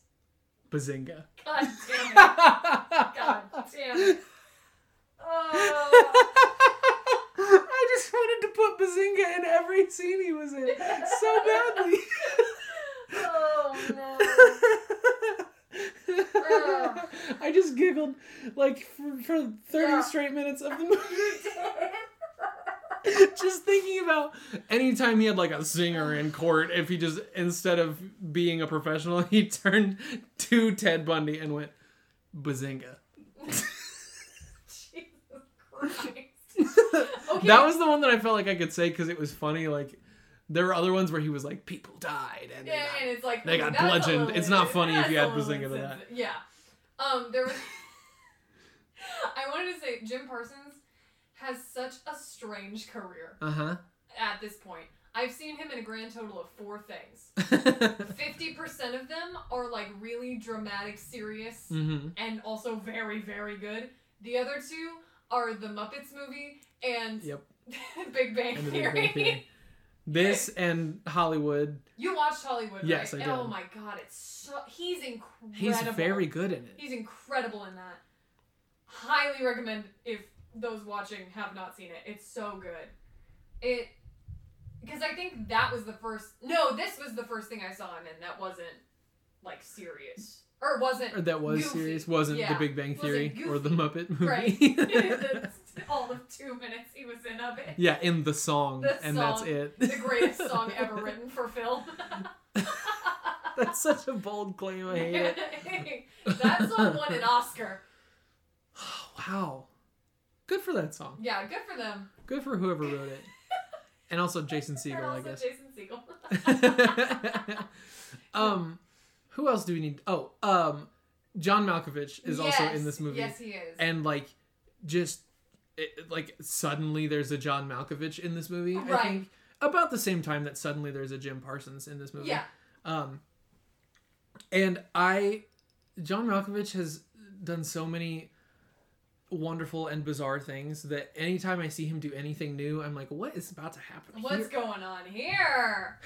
A: Bazinga.
B: God damn it. God damn it. Oh.
A: *laughs* I just wanted to put Bazinga in every scene he was in so badly. *laughs*
B: Oh Ugh.
A: I just giggled like for, for 30
B: Yeah.
A: straight minutes of the
B: no. You
A: movie. *laughs*
B: did.
A: just thinking about anytime he had like a singer in court, if he just, instead of being a professional, *laughs* he turned to Ted Bundy and went, Bazinga.
B: *laughs* Jesus Christ. *laughs* Okay.
A: That was the one that I felt like I could say because it was funny. Like there were other ones where he was like, "People died," and
B: Yeah,
A: they
B: and it's like
A: They got
B: that's a
A: bludgeoned.
B: little
A: It's not
B: bit-
A: funny if you
B: that's
A: add
B: a little
A: Bazinga to that.
B: insensitive. Yeah. Um, there was. *laughs* I wanted to say Jim Parsons has such a strange career
A: died. *laughs* uh
B: at this point. I've seen him in a grand total of four things.
A: huh.
B: Fifty percent of them are like really dramatic, serious,
A: hmm
B: and also very, very good. The other two are the Muppets movie and
A: Yep.
B: *laughs* Big Bang
A: And the Big
B: Theory.
A: Bang Theory. This and Hollywood.
B: *laughs* You watched Hollywood,
A: Yes,
B: right?
A: I
B: And,
A: did.
B: Oh my god, it's so he's incredible.
A: He's very good in it.
B: He's incredible in that. Highly recommend if those watching have not seen it. It's so good. It because I think that was the first No, this was the first thing I saw him in that wasn't like serious. Or wasn't
A: Or that was
B: goofy.
A: serious. Wasn't
B: Yeah.
A: the Big Bang
B: Wasn't
A: Theory or the
B: goofy.
A: Muppet movie?
B: Right. *laughs* That's all of two minutes he was in of it.
A: yeah, in the song,
B: The
A: and that's
B: song.
A: it.
B: The greatest song ever written for film.
A: *laughs* that's such a bold claim. I hate
B: *laughs*
A: it.
B: that song won an Oscar.
A: Oh, wow. Good for that song.
B: Yeah, good for them.
A: Good for whoever wrote it. And also Jason Segel,
B: *laughs* and
A: I
B: also
A: guess.
B: Jason Segel.
A: *laughs* um, who else do we need? Oh, um, John Malkovich is also in this movie,
B: Yes, he is.
A: and like, just it, like suddenly there's a John Malkovich in this movie. I
B: Right.
A: think about the same time that suddenly there's a Jim Parsons in this movie.
B: yeah,
A: Um, and I, John Malkovich has done so many wonderful and bizarre things that anytime I see him do anything new, I'm like, what is about to happen?
B: what's
A: here?
B: going on here?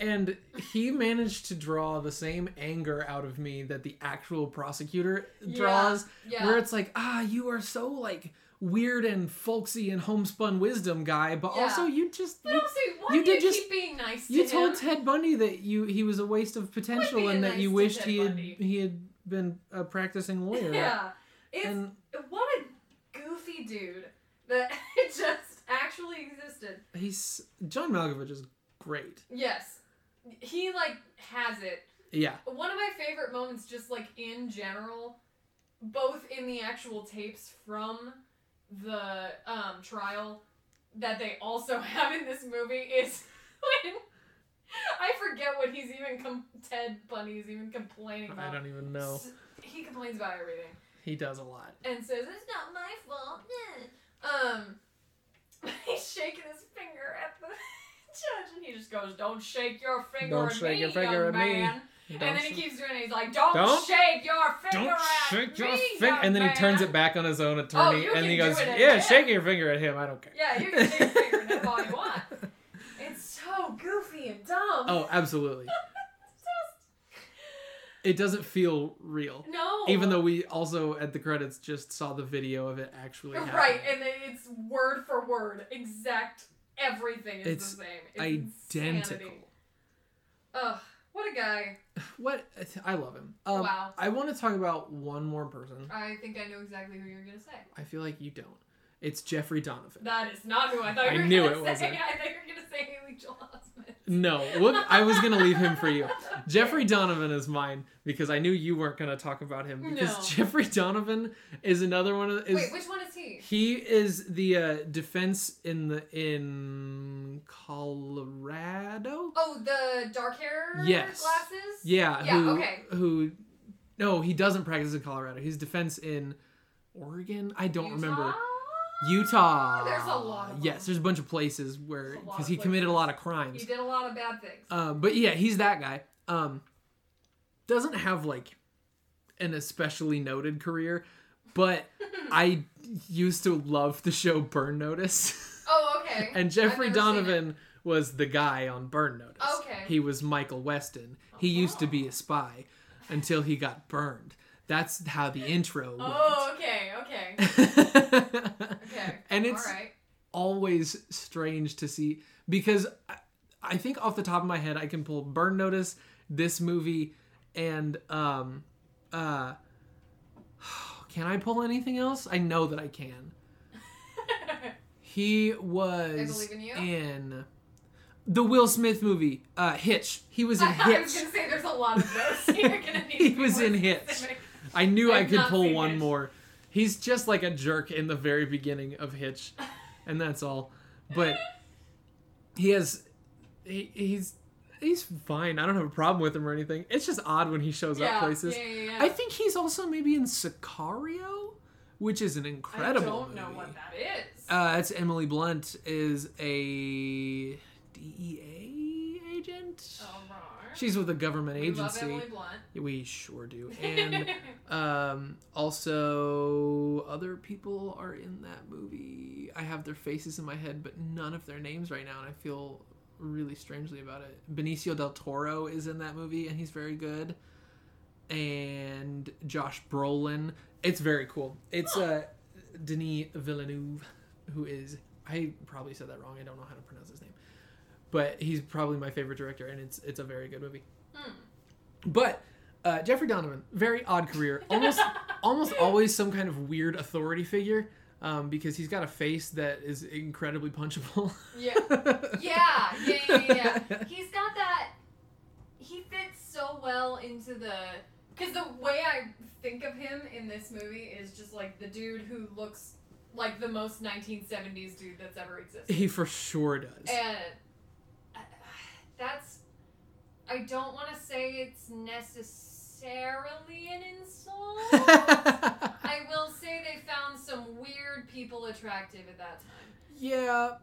A: And he managed to draw the same anger out of me that the actual prosecutor
B: Yeah,
A: draws,
B: Yeah,
A: where it's like, ah, you are so like weird and folksy and homespun wisdom guy, but
B: Yeah.
A: also you just
B: but
A: you,
B: also, why
A: you
B: do
A: did
B: you
A: just-
B: keep being nice to
A: you
B: him?
A: told Ted Bundy that you he was a waste of potential
B: being
A: and that
B: nice
A: you
B: to
A: wished
B: Ted
A: he had
B: Bundy.
A: he had been a
B: *laughs*
A: practicing lawyer.
B: yeah, it's
A: And
B: what a goofy dude that *laughs* just actually existed.
A: he's John Malkovich is great.
B: Yes, he like has it.
A: Yeah.
B: One of my favorite moments, just like in general, both in the actual tapes from the um, trial that they also *laughs* have in this movie, is *laughs* when I forget what he's even com- Ted Bundy's even complaining
A: I
B: about.
A: don't even know.
B: S- He complains about everything
A: He does a lot.
B: and says it's not my fault. eh." Um, *laughs* he's shaking his finger at the *laughs* judge, and he just goes, "Don't shake your finger
A: Don't
B: at
A: shake
B: me,
A: your finger
B: young
A: at me.
B: man."
A: He
B: And
A: don't
B: then he
A: sh-
B: keeps doing it. He's like, "Don't,
A: Don't-
B: shake your finger
A: don't
B: at
A: shake your
B: me,
A: finger.
B: young
A: And then he turns
B: man." Oh,
A: it back on his own attorney,
B: you
A: and he
B: can
A: goes,
B: do it at
A: "Yeah,
B: him."
A: shake your finger at him. I don't care."
B: Yeah, you can shake your finger at him all
A: *laughs*
B: you want. It's so goofy and dumb.
A: Oh, absolutely.
B: *laughs* Just-
A: It doesn't feel real,
B: no.
A: even though we also at the credits just saw the video of it actually. Happening.
B: right, and then it's word for word, exact everything is
A: It's
B: the same. It's
A: identical.
B: Insanity. Ugh, what a guy.
A: What I love him. Um,
B: Wow.
A: I want to talk about one more person.
B: I think I know exactly who you're gonna say.
A: I feel like you don't. It's Jeffrey Donovan.
B: That is not who I thought
A: I
B: you were
A: knew
B: gonna
A: it
B: say.
A: wasn't.
B: *laughs* I thought you were gonna say Haley Joel Osment.
A: No, look, I was gonna leave him for
B: *laughs*
A: you. *laughs* Jeffrey Donovan is mine because I knew you weren't gonna talk about him because
B: No.
A: Jeffrey Donovan is another one of is
B: Wait, which one is he?
A: He
B: he?
A: is the uh, defense in the in Colorado.
B: Oh, the dark hair
A: Yes.
B: glasses?
A: Yeah.
B: Yeah,
A: who,
B: okay.
A: Who? No, he doesn't practice in Colorado. He's defense in Oregon. I don't remember. Utah.
B: There's a lot of
A: yes,
B: them.
A: there's a bunch of places where
B: There's a lot
A: because he
B: of
A: committed a
B: places.
A: lot of crimes.
B: He did a lot of bad things.
A: Uh, but yeah, he's that guy. Um, doesn't have like an especially noted career,
B: *laughs*
A: but I used to love the show Burn Notice, *laughs*
B: Oh, okay.
A: and Jeffrey
B: I've never seen it.
A: Donovan was the guy on Burn Notice.
B: Okay. Oh.
A: he was Michael Weston. He used to be a spy until he got burned. That's how the intro
B: Oh, okay, okay,
A: went.
B: okay.
A: *laughs* And it's-
B: all right.
A: always strange to see because I, I think off the top of my head I can pull Burn Notice, this movie, and um, uh, *sighs* can I pull anything else? I know that I can. He was
B: I Believe in You?
A: in the Will Smith movie, uh, Hitch. He
B: *laughs*
A: was in
B: I, I was
A: Hitch.
B: gonna say there's a lot of those. You're gonna
A: *laughs*
B: need
A: He
B: to be
A: was
B: more
A: in Hitch.
B: specific.
A: I knew
B: I've
A: I could
B: not
A: pull
B: seen
A: one
B: Hitch.
A: more. He's just like a jerk in the very beginning of Hitch, and that's all. But he has, he, he's he's fine. I don't have a problem with him or anything. It's just odd when he shows
B: Yeah,
A: up places.
B: Yeah, yeah, yeah.
A: I think he's also maybe in Sicario, which is an incredible.
B: I don't know
A: movie.
B: what that is.
A: Uh, it's Emily Blunt is a DEA agent.
B: oh, wrong.
A: She's with a government
B: we love
A: agency.
B: Emily Blunt.
A: We sure do. And um, also, other people are in that movie. I have their faces in my head, but none of their names right now, and I feel really strangely about it. Benicio del Toro is in that movie, and he's very good. And Josh Brolin. It's very cool. It's uh, Denis Villeneuve, who is. I probably said that wrong. I don't know how to pronounce his name, but he's probably my favorite director, and it's it's a very good movie.
B: *laughs* Hmm.
A: But uh, Jeffrey Donovan, very odd career. Almost, almost always some kind of weird authority figure um, because he's got a face that is incredibly punchable.
B: *laughs*
A: *laughs*
B: yeah. yeah, yeah, yeah, yeah. He's got that. He fits so well into the. Because the way I think of him in this movie is just like the dude who looks like the most 1970s dude that's ever existed.
A: he for sure does.
B: And uh, that's. I don't want to say it's necessarily an insult.
A: *laughs*
B: I will say they found some weird people attractive at that time.
A: yeah,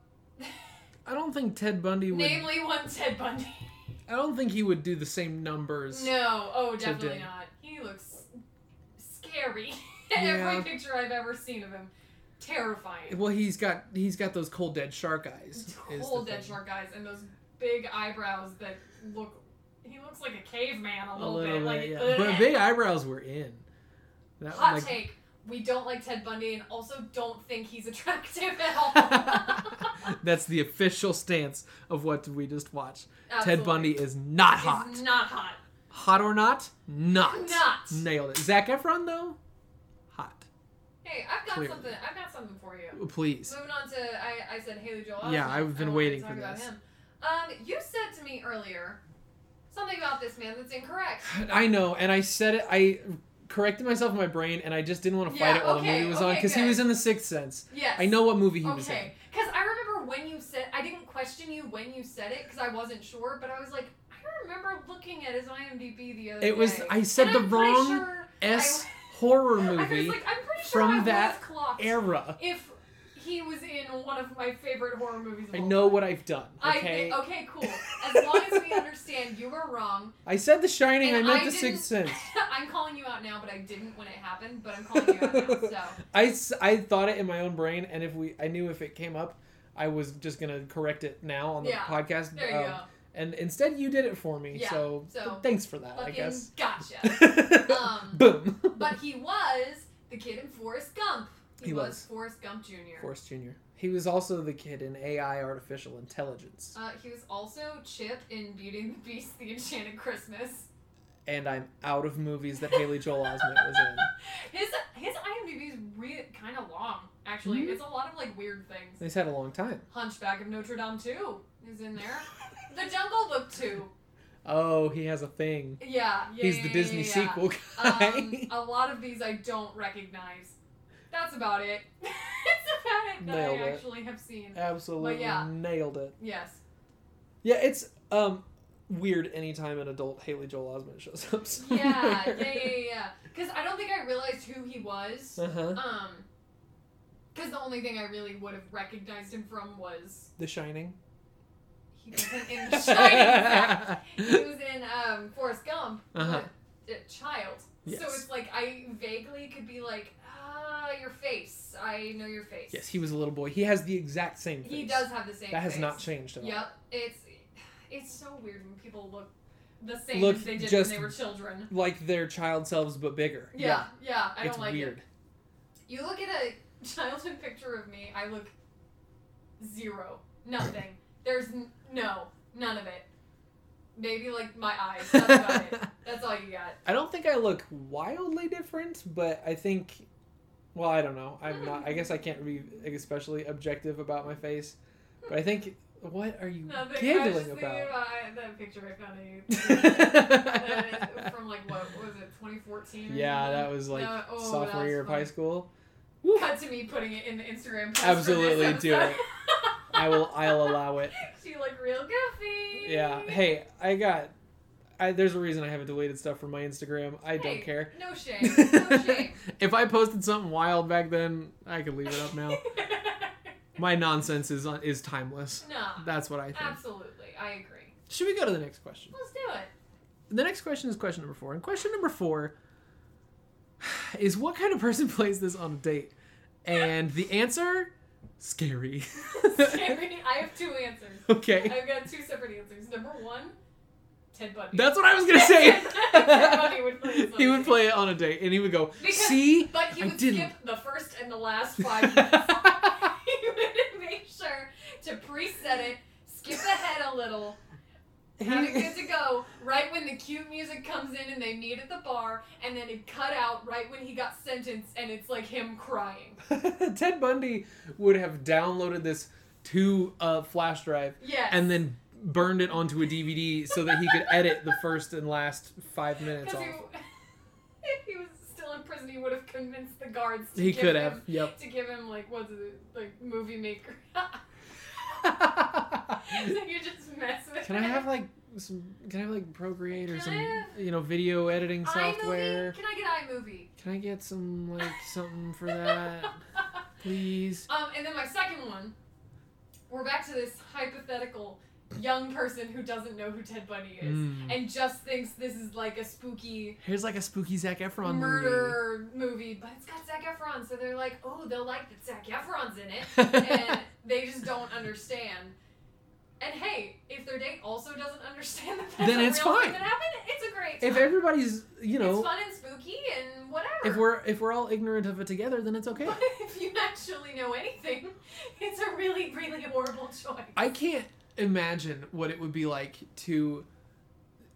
A: I don't think Ted Bundy would.
B: Namely, one Ted Bundy.
A: I don't think he would do the same numbers.
B: No, oh, definitely
A: today.
B: not. He looks scary. *laughs*
A: Yeah.
B: Every picture I've ever seen of him, terrifying.
A: Well, he's got he's got those cold dead shark eyes. is the
B: Whole dead
A: thing.
B: shark eyes and those big eyebrows that look. He looks like a caveman
A: A
B: a little,
A: little
B: bit.
A: bit,
B: like,
A: yeah. But
B: ugh.
A: big eyebrows were in. That,
B: Hot
A: like-
B: take: We don't like Ted Bundy, and also don't think he's *laughs* attractive at all.
A: *laughs* That's the official stance of what we just watched. *laughs* Ted
B: Absolutely.
A: Bundy is not
B: Is
A: hot.
B: not hot.
A: hot or not? Not.
B: Not.
A: Nailed it. Zach Efron though? Hot.
B: Hey, I've got
A: Clearly.
B: something. I've got something for you. *sighs*
A: Please.
B: Moving on to, I, I said Haley Joel.
A: Yeah,
B: Osment.
A: I've been
B: I wanted to
A: waiting
B: talk
A: for
B: about
A: this.
B: him. Um, you said to me earlier something about this man that's incorrect.
A: I know, and I said it I corrected myself in my brain and I just didn't want to fight
B: Yeah,
A: it while the
B: okay,
A: movie was on
B: okay,
A: because he
B: good.
A: was in the sixth sense.
B: Yes.
A: I know what movie he was in.
B: Okay, because I remember when you said I didn't question you when you said it because I wasn't sure, but I was like, I remember looking at his IMDb the other day.
A: It was I said
B: And
A: the
B: I'm pretty
A: wrong
B: sure
A: S
B: *laughs* I-
A: horror
B: I was
A: movie
B: like, I'm pretty sure
A: from
B: I was
A: that
B: clocked
A: era.
B: If he was in one of my favorite horror movies, of
A: I
B: all
A: know
B: time.
A: what I've done.
B: I
A: Okay.
B: thi- okay, cool. As long as we *laughs* understand, you were wrong.
A: I said The Shining. I
B: And
A: meant
B: I
A: The
B: didn't-
A: Sixth Sense.
B: *laughs* I'm calling you out now, but I didn't when it happened. But I'm calling you out now. So
A: I, s- I thought it in my own brain, and if we I knew if it came up, I was just gonna correct it now on the
B: Yeah,
A: podcast. *laughs*
B: there you
A: um,
B: go.
A: And instead, you did it for me.
B: Yeah,
A: so,
B: so
A: th- thanks for that, I
B: Fucking
A: guess. *laughs*
B: gotcha. Um,
A: Boom. *laughs*
B: but he was the kid in Forrest Gump. He,
A: He
B: was.
A: was.
B: Forrest Gump Jr.
A: Forrest Jr. He was also the kid in AI artificial intelligence,
B: uh, he was also Chip in Beauty and the Beast: The Enchanted Christmas.
A: and I'm out of movies that Haley Joel Osment was in.
B: *laughs* His his IMDb is re- kind of long. Actually,
A: Mhm.
B: it's a lot of like weird things.
A: He's had a long time.
B: Hunchback of Notre Dame 2 is in there. the Jungle Book 2.
A: Oh, he has a thing.
B: Yeah, yeah.
A: He's the
B: yeah,
A: Disney
B: yeah, yeah.
A: sequel *laughs* guy.
B: Um, a lot of these I don't recognize. That's about it. *laughs* it's about it that
A: Nailed
B: I
A: it. Uh,
B: actually have seen.
A: Absolutely
B: But yeah.
A: nailed it. *laughs*
B: Yes.
A: Yeah, it's um weird anytime an adult Haley Joel Osment shows up.
B: Yeah, yeah, yeah, yeah. Because I don't think I realized who he was.
A: Uh *laughs* huh.
B: Um, because the only thing I really would have recognized him from was
A: The *laughs* Shining.
B: he wasn't
A: *laughs*
B: in The Shining. Zach. he was in um Forrest Gump.
A: Uh-huh.
B: A, a child.
A: Yes.
B: So it's like I vaguely could be like, ah, your face. I know your face.
A: yes, he was a little boy. He has the exact same. Face.
B: He does have the same.
A: That has
B: face.
A: not changed at all.
B: Yep. It's it's so weird when people look the same
A: Look
B: as they did
A: just-
B: when they were children.
A: Like their child selves, but bigger.
B: Yeah, yeah. I
A: it's
B: don't like
A: weird.
B: it. You look at a *laughs* childhood picture of me, I look zero.
A: *laughs*
B: Nothing. There's n- no, none of it. Maybe like my eyes. That's about it.
A: *laughs*
B: That's all you got.
A: I don't think I look wildly different, but I think. Well, I don't know. I'm not. I guess I can't be especially objective about my face, but I think. What are you
B: Nothing. I was just
A: giggling
B: thinking about,
A: about?
B: that picture I
A: *laughs*
B: found of you. That is
A: yeah,
B: from like what was it, 2014?
A: that was like
B: No, oh,
A: sophomore
B: that's
A: year of high
B: funny.
A: school.
B: Cut to me putting it in the Instagram. Post
A: Absolutely
B: for this
A: do
B: episode.
A: I will.
B: *laughs*
A: I'll allow it.
B: she looked real goofy. *laughs*
A: Yeah. Hey, I got. I, there's a reason I haven't deleted stuff from my Instagram. I don't
B: Hey,
A: care. *laughs*
B: No shame. No shame.
A: if I posted something wild back then, I could leave it up now. my nonsense is uh, is timeless.
B: *laughs* no.
A: That's what I think.
B: Um, Absolutely. I agree.
A: Should we go to the next question?
B: Let's do it.
A: The next question is question number four. And question number four *sighs* is what kind of person *laughs* plays this on a date? And the answer, scary. *laughs*
B: Scary. I have two answers.
A: okay.
B: I've got two separate answers. Number one, Ted Bundy. *laughs*
A: That's what I was going to say.
B: Ted Bundy
A: *laughs*
B: would play this on
A: he
B: a
A: would
B: date.
A: play it on a date and he would go,
B: Because-
A: see?
B: *laughs* But he
A: I
B: would
A: didn't.
B: skip the first and
A: *laughs*
B: the last five minutes. *laughs* he would make sure to preset it, skip ahead a little, have it good to go right when the cute music comes in and they meet at the bar, and then it cut out right when he got sentenced, and it's like him crying.
A: *laughs* Ted Bundy would have downloaded this to a flash drive
B: Yes.
A: and
B: *laughs*
A: then burned it onto a DVD so that he could edit the first and last five minutes
B: because
A: off.
B: he, *laughs* if he was still in prison, he would have convinced the guards. To
A: He
B: give
A: could
B: him,
A: have.
B: *laughs*
A: Yep.
B: to give him like what's it like movie maker. *laughs* so
A: can
B: you just mess with.
A: I
B: it.
A: have like some? Can I have like Procreate or
B: Can
A: some
B: I have-
A: you know video editing software?
B: iMovie? Can I get iMovie?
A: Can I get some like something for that,
B: *laughs*
A: please?
B: Um, and then my second one, we're back to this hypothetical young person who doesn't know who Ted Bundy is
A: Mm.
B: and just thinks this is like a spooky
A: Here's like a spooky Zac Efron
B: murder movie. but it's got Zac Efron, so they're like, oh, they'll like that Zac Efron's in it,
A: movie.
B: and
A: *laughs*
B: they just don't understand. And hey, if their date also doesn't understand that that's
A: Then
B: a
A: it's
B: real
A: fine.
B: thing that happened, it's a great.
A: if
B: time.
A: everybody's you
B: it's
A: know
B: fun and spooky and whatever.
A: if we're if we're all ignorant of it together, then it's okay.
B: But *laughs* if you actually know anything, it's a really, really horrible *laughs* choice.
A: I can't imagine what it would be like to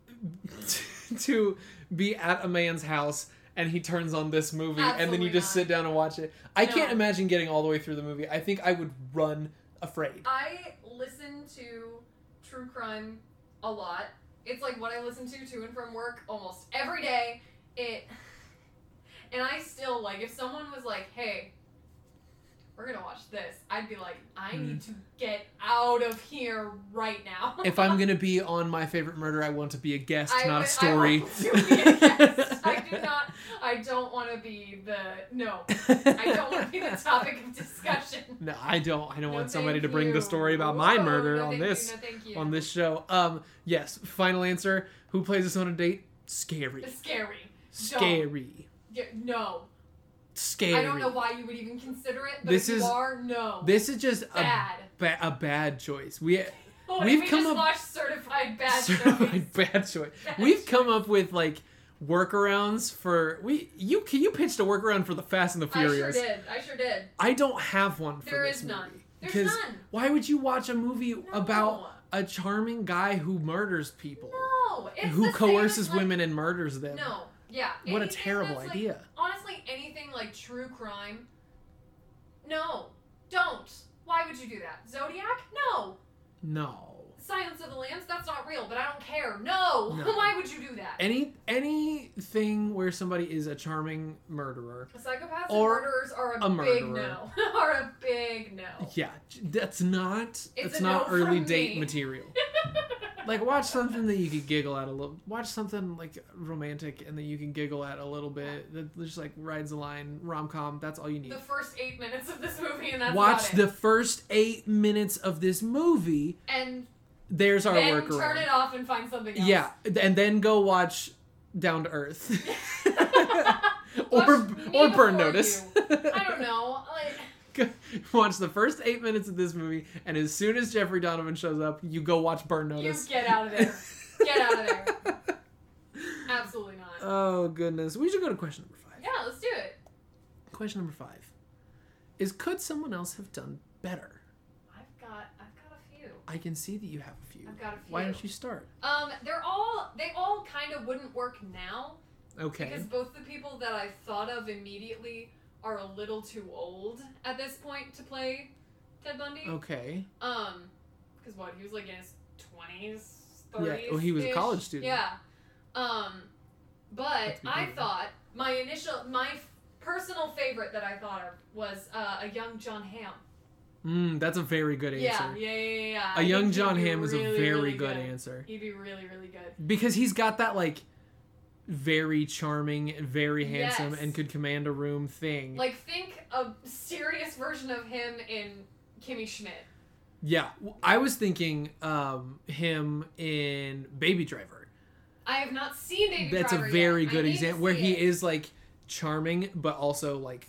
A: *laughs* to be at a man's house and he turns on this movie and then you
B: Absolutely
A: just
B: not.
A: sit down and watch it. I can't
B: No.
A: imagine getting all the way through the movie. I think I would run
B: *laughs*
A: afraid.
B: I listen to true crime a lot. It's like what I listen to to and from work almost every day. It *laughs* and I still like if someone was like, "Hey, we're going to watch this." I'd be like, "I
A: Mm.
B: need to get out of here right now."
A: If I'm going to be on my favorite murder, I want to be a guest,
B: *laughs* I
A: not a
B: would- I
A: story.
B: want
A: *laughs*
B: to be a guest. I do not I don't want to be the no. I don't want to
A: *laughs*
B: be the topic of discussion.
A: No, *laughs* I don't. I don't
B: No,
A: want somebody
B: thank
A: to bring the
B: you.
A: story about my
B: Whoa,
A: murder
B: no,
A: on
B: thank you,
A: this
B: no, thank you.
A: on this show. Um, yes, final answer. Who plays this on a date? Scary.
B: It's scary.
A: Scary.
B: Yeah, no.
A: Scary.
B: I don't know why you would even consider it, but
A: This
B: if you
A: is-
B: are, no.
A: This is just a,
B: bad.
A: ba- a bad choice. We
B: What if
A: we've
B: we
A: come
B: just
A: up-
B: watched certified bad movies?
A: *laughs* certified bad choice.
B: Bad
A: We've come up with like workarounds for we you can you pitched a workaround for the Fast and the
B: I sure
A: Furious.
B: did. I sure did.
A: I don't have one for
B: There
A: this
B: is none.
A: movie.
B: There's
A: because
B: none.
A: why would you watch a movie about
B: No.
A: a charming guy who murders people,
B: No. It's the
A: who
B: same
A: coerces
B: as, like-
A: women and murders them?
B: No. Yeah.
A: What a
B: Anything
A: terrible
B: that's, like-
A: idea.
B: honestly, anything like true crime. No. Don't. Why would you do that? Zodiac? No.
A: No.
B: Silence of the Lambs, that's not real, but I don't care. No!
A: No.
B: *laughs* Why would you do that?
A: Any anything where somebody is a charming murderer.
B: Psychopaths
A: Or
B: and murderers are a,
A: a
B: big
A: murderer.
B: no. *laughs* are a big no.
A: Yeah, that's not that's
B: a
A: not
B: no from
A: early date
B: *laughs* me.
A: material. like watch something that you could giggle at a little. Watch something like romantic and that you can giggle at a little bit. That just like rides the line rom com. That's all you need.
B: The first eight minutes of this movie, and that's
A: watch
B: about it.
A: the first eight minutes of this movie.
B: and
A: There's our
B: then
A: workaround.
B: turn it off and find something else. *laughs*
A: Yeah, and then go watch Down to Earth. *laughs*
B: Watch
A: or
B: Me
A: or
B: Before
A: Burn Notice.
B: You. I don't know. Like,
A: *laughs* watch the first eight minutes of this movie, and as soon as Jeffrey Donovan shows up, you go watch Burn
B: you
A: Notice.
B: get out of
A: *laughs*
B: there. Get out of there. Absolutely not.
A: Oh goodness, we should go to question number five.
B: Yeah, let's do it.
A: Question number five is: Could someone else have done better?
B: I've got, I've got a few.
A: I can see that you have a few.
B: I've got a few.
A: Why don't you start?
B: Um, they're all, they all kind of wouldn't work now.
A: Okay.
B: Because both the people that I thought of immediately are a little too old at this point to play Ted Bundy.
A: Okay.
B: Um, because what he was like in his twenties,
A: Yeah,
B: thirties.
A: well, he was a college student.
B: Yeah. Um, but
A: That's a good
B: I
A: one.
B: thought my initial, my f- personal favorite that I thought of was uh, a young John Hamm.
A: Mm, that's a very good answer.
B: Yeah, yeah, yeah, yeah, yeah.
A: A
B: I
A: young
B: think he'd
A: John
B: be
A: Hamm is a
B: really,
A: very
B: really
A: good answer.
B: He'd be really, really good.
A: because he's got that like very charming, very handsome,
B: Yes.
A: and could command a room thing.
B: Like, think a serious version of him in Kimmy Schmidt.
A: yeah, w- I was thinking um him in Baby Driver.
B: I have not seen Baby
A: That's
B: Driver
A: a very
B: yet. I
A: good
B: need to
A: example where
B: see
A: he
B: it.
A: is like charming but also like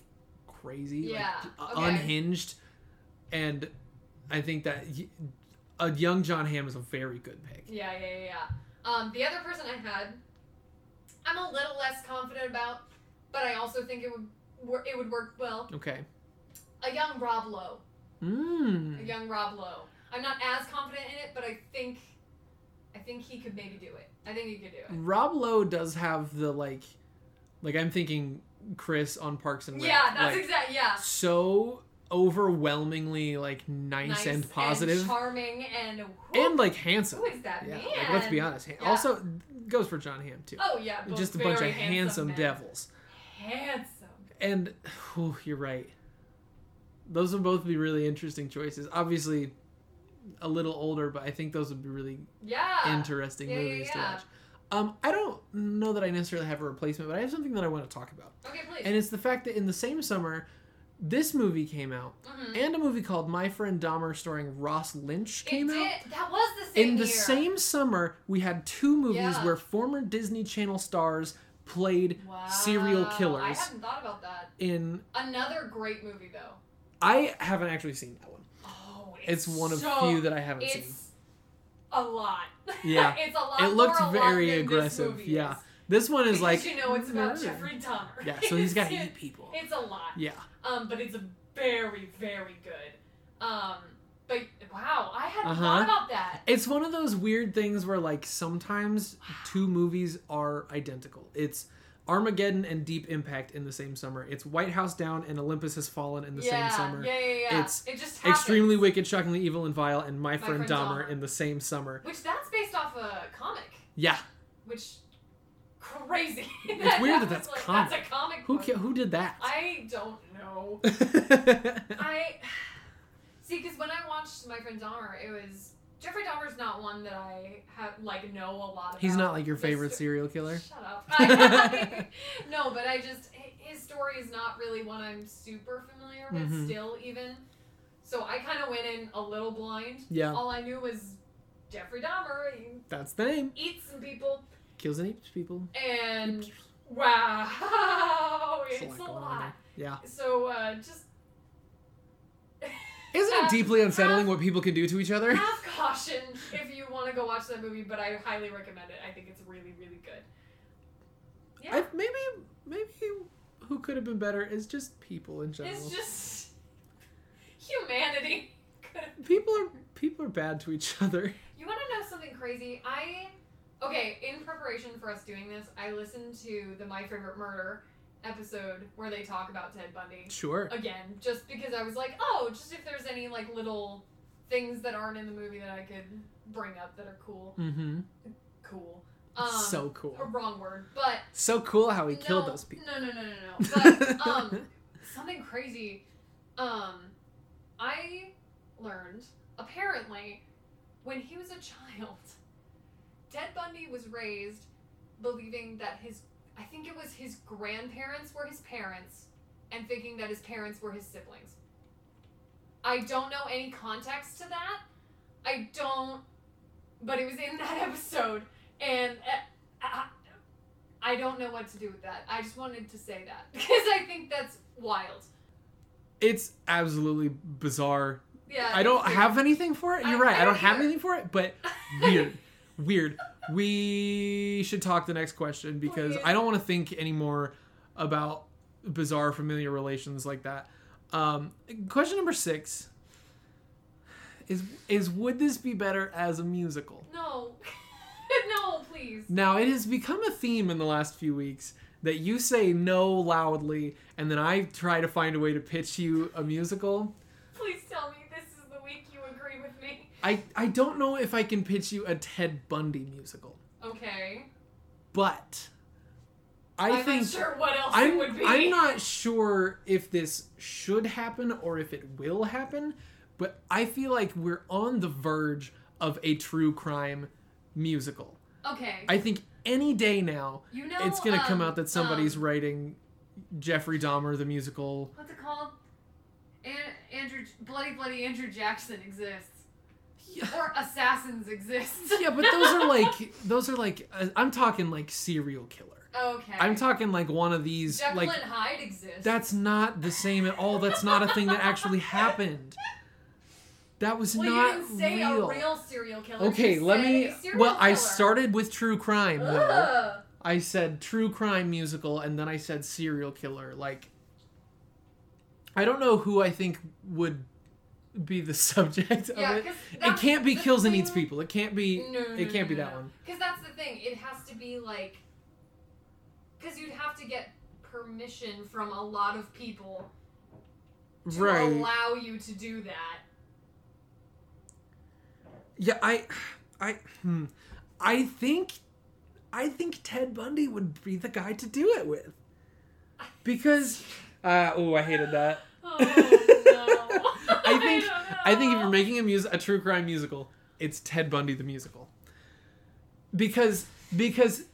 A: crazy,
B: Yeah,
A: like
B: okay.
A: unhinged, and I think that y a young John Hamm is a very good pick.
B: Yeah, yeah, yeah, yeah. Um, the other person I had, I'm a little less confident about, but I also think it would wor- it would work well.
A: Okay.
B: A young Rob Lowe. A
A: Mm.
B: young Rob Lowe. I'm not as confident in it, but I think, I think he could maybe do it. I think he could do it.
A: Rob Lowe does have the like, like I'm thinking Chris on Parks and Rec.
B: Yeah, that's
A: like,
B: exact. Yeah.
A: so overwhelmingly like nice, and positive and,
B: charming, and who,
A: like handsome.
B: who is that
A: Yeah,
B: man?
A: like, let's be honest. Han-
B: Yeah.
A: Also goes for John Hamm too.
B: Oh yeah, both
A: Just a bunch
B: very
A: of handsome,
B: men.
A: devils.
B: Handsome.
A: And whew, you're right. Those would both be really interesting choices. Obviously, a little older, but I think those would be really
B: Yeah.
A: interesting
B: yeah, yeah,
A: movies
B: yeah.
A: to watch. Um, I don't know that I necessarily have a replacement, but I have something that I want to talk about,
B: okay, please.
A: and it's the fact that in the same summer, this movie came out,
B: Mhm.
A: and a movie called My Friend Dahmer starring Ross Lynch came
B: it
A: out.
B: Did. That was the same
A: In the
B: year.
A: same summer, we had two movies
B: Yeah.
A: where former Disney Channel stars played
B: Wow.
A: serial
B: I
A: killers.
B: hadn't thought about that.
A: In
B: Another great movie though.
A: I haven't actually seen that one.
B: Oh,
A: It's one of
B: so,
A: few that I haven't
B: it's
A: seen.
B: a lot.
A: Yeah.
B: *laughs* it's a lot.
A: It looked
B: more a lot
A: very
B: than this
A: aggressive.
B: movie is.
A: Yeah, this one is
B: *laughs* Because
A: like
B: you know it's about
A: murder.
B: Jeffrey Dahmer. *laughs*
A: Yeah, so he's got to
B: It's-
A: eat people.
B: It's a lot.
A: Yeah,
B: Um, but it's a very very good. Um, but wow, I hadn't
A: Uh-huh.
B: thought about that.
A: it's one of those weird things where like sometimes two movies are identical. It's Armageddon and Deep Impact in the same summer. It's White House Down and Olympus Has Fallen in the
B: yeah,
A: same summer.
B: Yeah, yeah, yeah.
A: It's
B: it just happens.
A: Extremely Wicked, Shockingly Evil and Vile, and My, Friend,
B: Friend
A: Dahmer,
B: Dahmer.
A: in the same summer.
B: Which that's based off a comic.
A: Yeah,
B: which crazy.
A: It's weird that that's
B: *laughs* like,
A: comic.
B: That's a comic.
A: who
B: book.
A: ca- who did that?
B: I don't know. I *sighs* see because when I watched My Friend Dahmer, it was Jeffrey Dahmer's not one that I have like know a lot
A: *laughs*
B: about.
A: He's not like your
B: Mr.
A: favorite serial killer. *laughs*
B: Shut up. I- no, but I just hi- his story is not really one I'm super familiar with
A: Mhm.
B: still even. So I kind of went in a little blind.
A: Yeah,
B: All I knew was Jeffrey Dahmer. He
A: that's the name.
B: eats some people
A: Kills and eats people.
B: and Wow, *laughs*
A: It's
B: it's,
A: a
B: a
A: lot
B: lot.
A: going on Yeah,
B: So uh, just
A: isn't it
B: *laughs* Have-
A: deeply unsettling
B: have-
A: what people can do to each
B: *laughs*
A: other?
B: have caution if you want to go watch that movie, but I highly recommend it. I think it's really, really good. Yeah,
A: I, maybe maybe who could have been better is just people in general.
B: it's just humanity. *laughs*
A: people are people are bad to each *laughs* other.
B: you want to know something crazy? I okay. In preparation for us doing this, I listened to the My Favorite Murder episode where they talk about Ted Bundy.
A: Sure.
B: again just because I was like, oh, just if there's any like little things that aren't in the movie that I could bring up that are cool.
C: Mm-hmm.
B: Cool. Um,
C: so cool.
B: A wrong word, but
C: So cool how he
B: no,
C: killed those people.
B: No, no, no, no,
C: *laughs*
B: no. But um, something crazy. Um, I learned apparently when he was a child, *laughs* Ted Bundy was raised believing that his I think it was his grandparents were his parents, and thinking that his parents were his siblings. I don't know any context to that. I don't, but it was in that *laughs* episode, and uh, I- I don't know what to do with that. I just wanted to say that *laughs* because I think that's wild.
A: It's absolutely bizarre.
B: Yeah.
A: I don't
B: it's
A: have anything for it.
B: I-
A: You're right.
B: I
A: I don't
B: don't
A: have
B: either.
A: anything for it,
B: *laughs*
A: but
B: weird.
A: weird. weird. We should talk the next question because
B: Please.
A: I don't want to think anymore about bizarre familiar relations like that. Um, question number six is is would this be better as a musical?
B: no. *laughs* no, please.
A: Now it has become a theme in the last few weeks that you say no loudly, and then I try to find a way to pitch you a musical.
B: Please tell me this is the week you agree with me.
A: I I don't know if I can pitch you a Ted Bundy musical,
B: Okay.
A: but I
B: am
A: think
B: not sure what else it
A: I'm,
B: would be.
A: I'm not sure if this should happen or if it will happen, but I feel like we're on the verge of a true crime musical.
B: Okay.
A: I think any day now,
B: you know.
A: it's going to come
B: um,
A: out that somebody's
B: um,
A: writing Jeffrey Dahmer the musical.
B: What's it called? An- Andrew, bloody bloody Andrew Jackson exists,
A: Yeah,
B: or assassins exist.
A: *laughs* yeah, but those are like those are like uh, I'm talking like serial killer.
B: *laughs* Okay.
A: I'm talking like one of these
B: Jekyll
A: like
B: and Hyde exists.
A: That's not the same at all. That's not a thing that actually happened. That was
B: well,
A: not
B: you didn't say
A: real.
B: a real serial killer. you
A: okay, let
B: said
A: me.
B: a serial
A: Well, I
B: killer.
A: started with true crime. Though.
B: Ugh.
A: I said true crime musical, and then I said serial killer. Like, I don't know who I think would be the *laughs* subject of
B: Yeah,
A: it.
B: 'cause
A: It
B: that's
A: can't be
B: the
A: kills and eats
B: thing-
A: people. It can't be.
B: No, no,
A: it
B: no,
A: can't be
B: no, no,
A: that
B: no.
A: one.
B: Because that's the thing. It has to be like. Because you'd have to get permission from a lot of people to
A: right.
B: allow you to
A: *laughs*
B: do that.
A: Yeah, I, I, hmm. I think, I think Ted Bundy would be the guy to do it with, because, uh, oh, I hated that.
B: *laughs* Oh no!
A: I think,
B: don't know.
A: I think if you're making a mus- a true crime musical, it's Ted Bundy the musical. Because, because,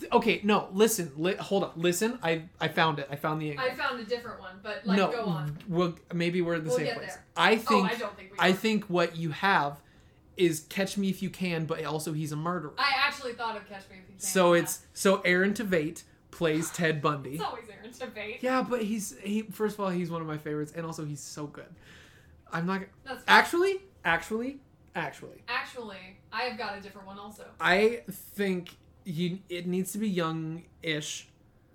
A: th- okay, no, listen, li- hold on, listen. I, I found it. I found the angle.
B: I found a different one, but like,
A: no,
B: go on.
A: we'll maybe we're in the
B: We'll
A: same
B: get
A: place.
B: there.
A: I
B: Oh,
A: think,
B: I don't think we.
A: I
B: are.
A: think what you have is Catch Me If You Can, but also he's a murderer.
B: I actually thought of Catch Me If You Can.
A: So
B: yeah.
A: it's so Aaron Tveit plays Ted Bundy.
B: it's always Aaron's debate.
A: Yeah, but he's he first of all he's one of my favorites, and also he's so good. I'm not
B: That's
A: actually, actually, actually.
B: actually I have got a different one also.
A: I think you it needs to be young-ish.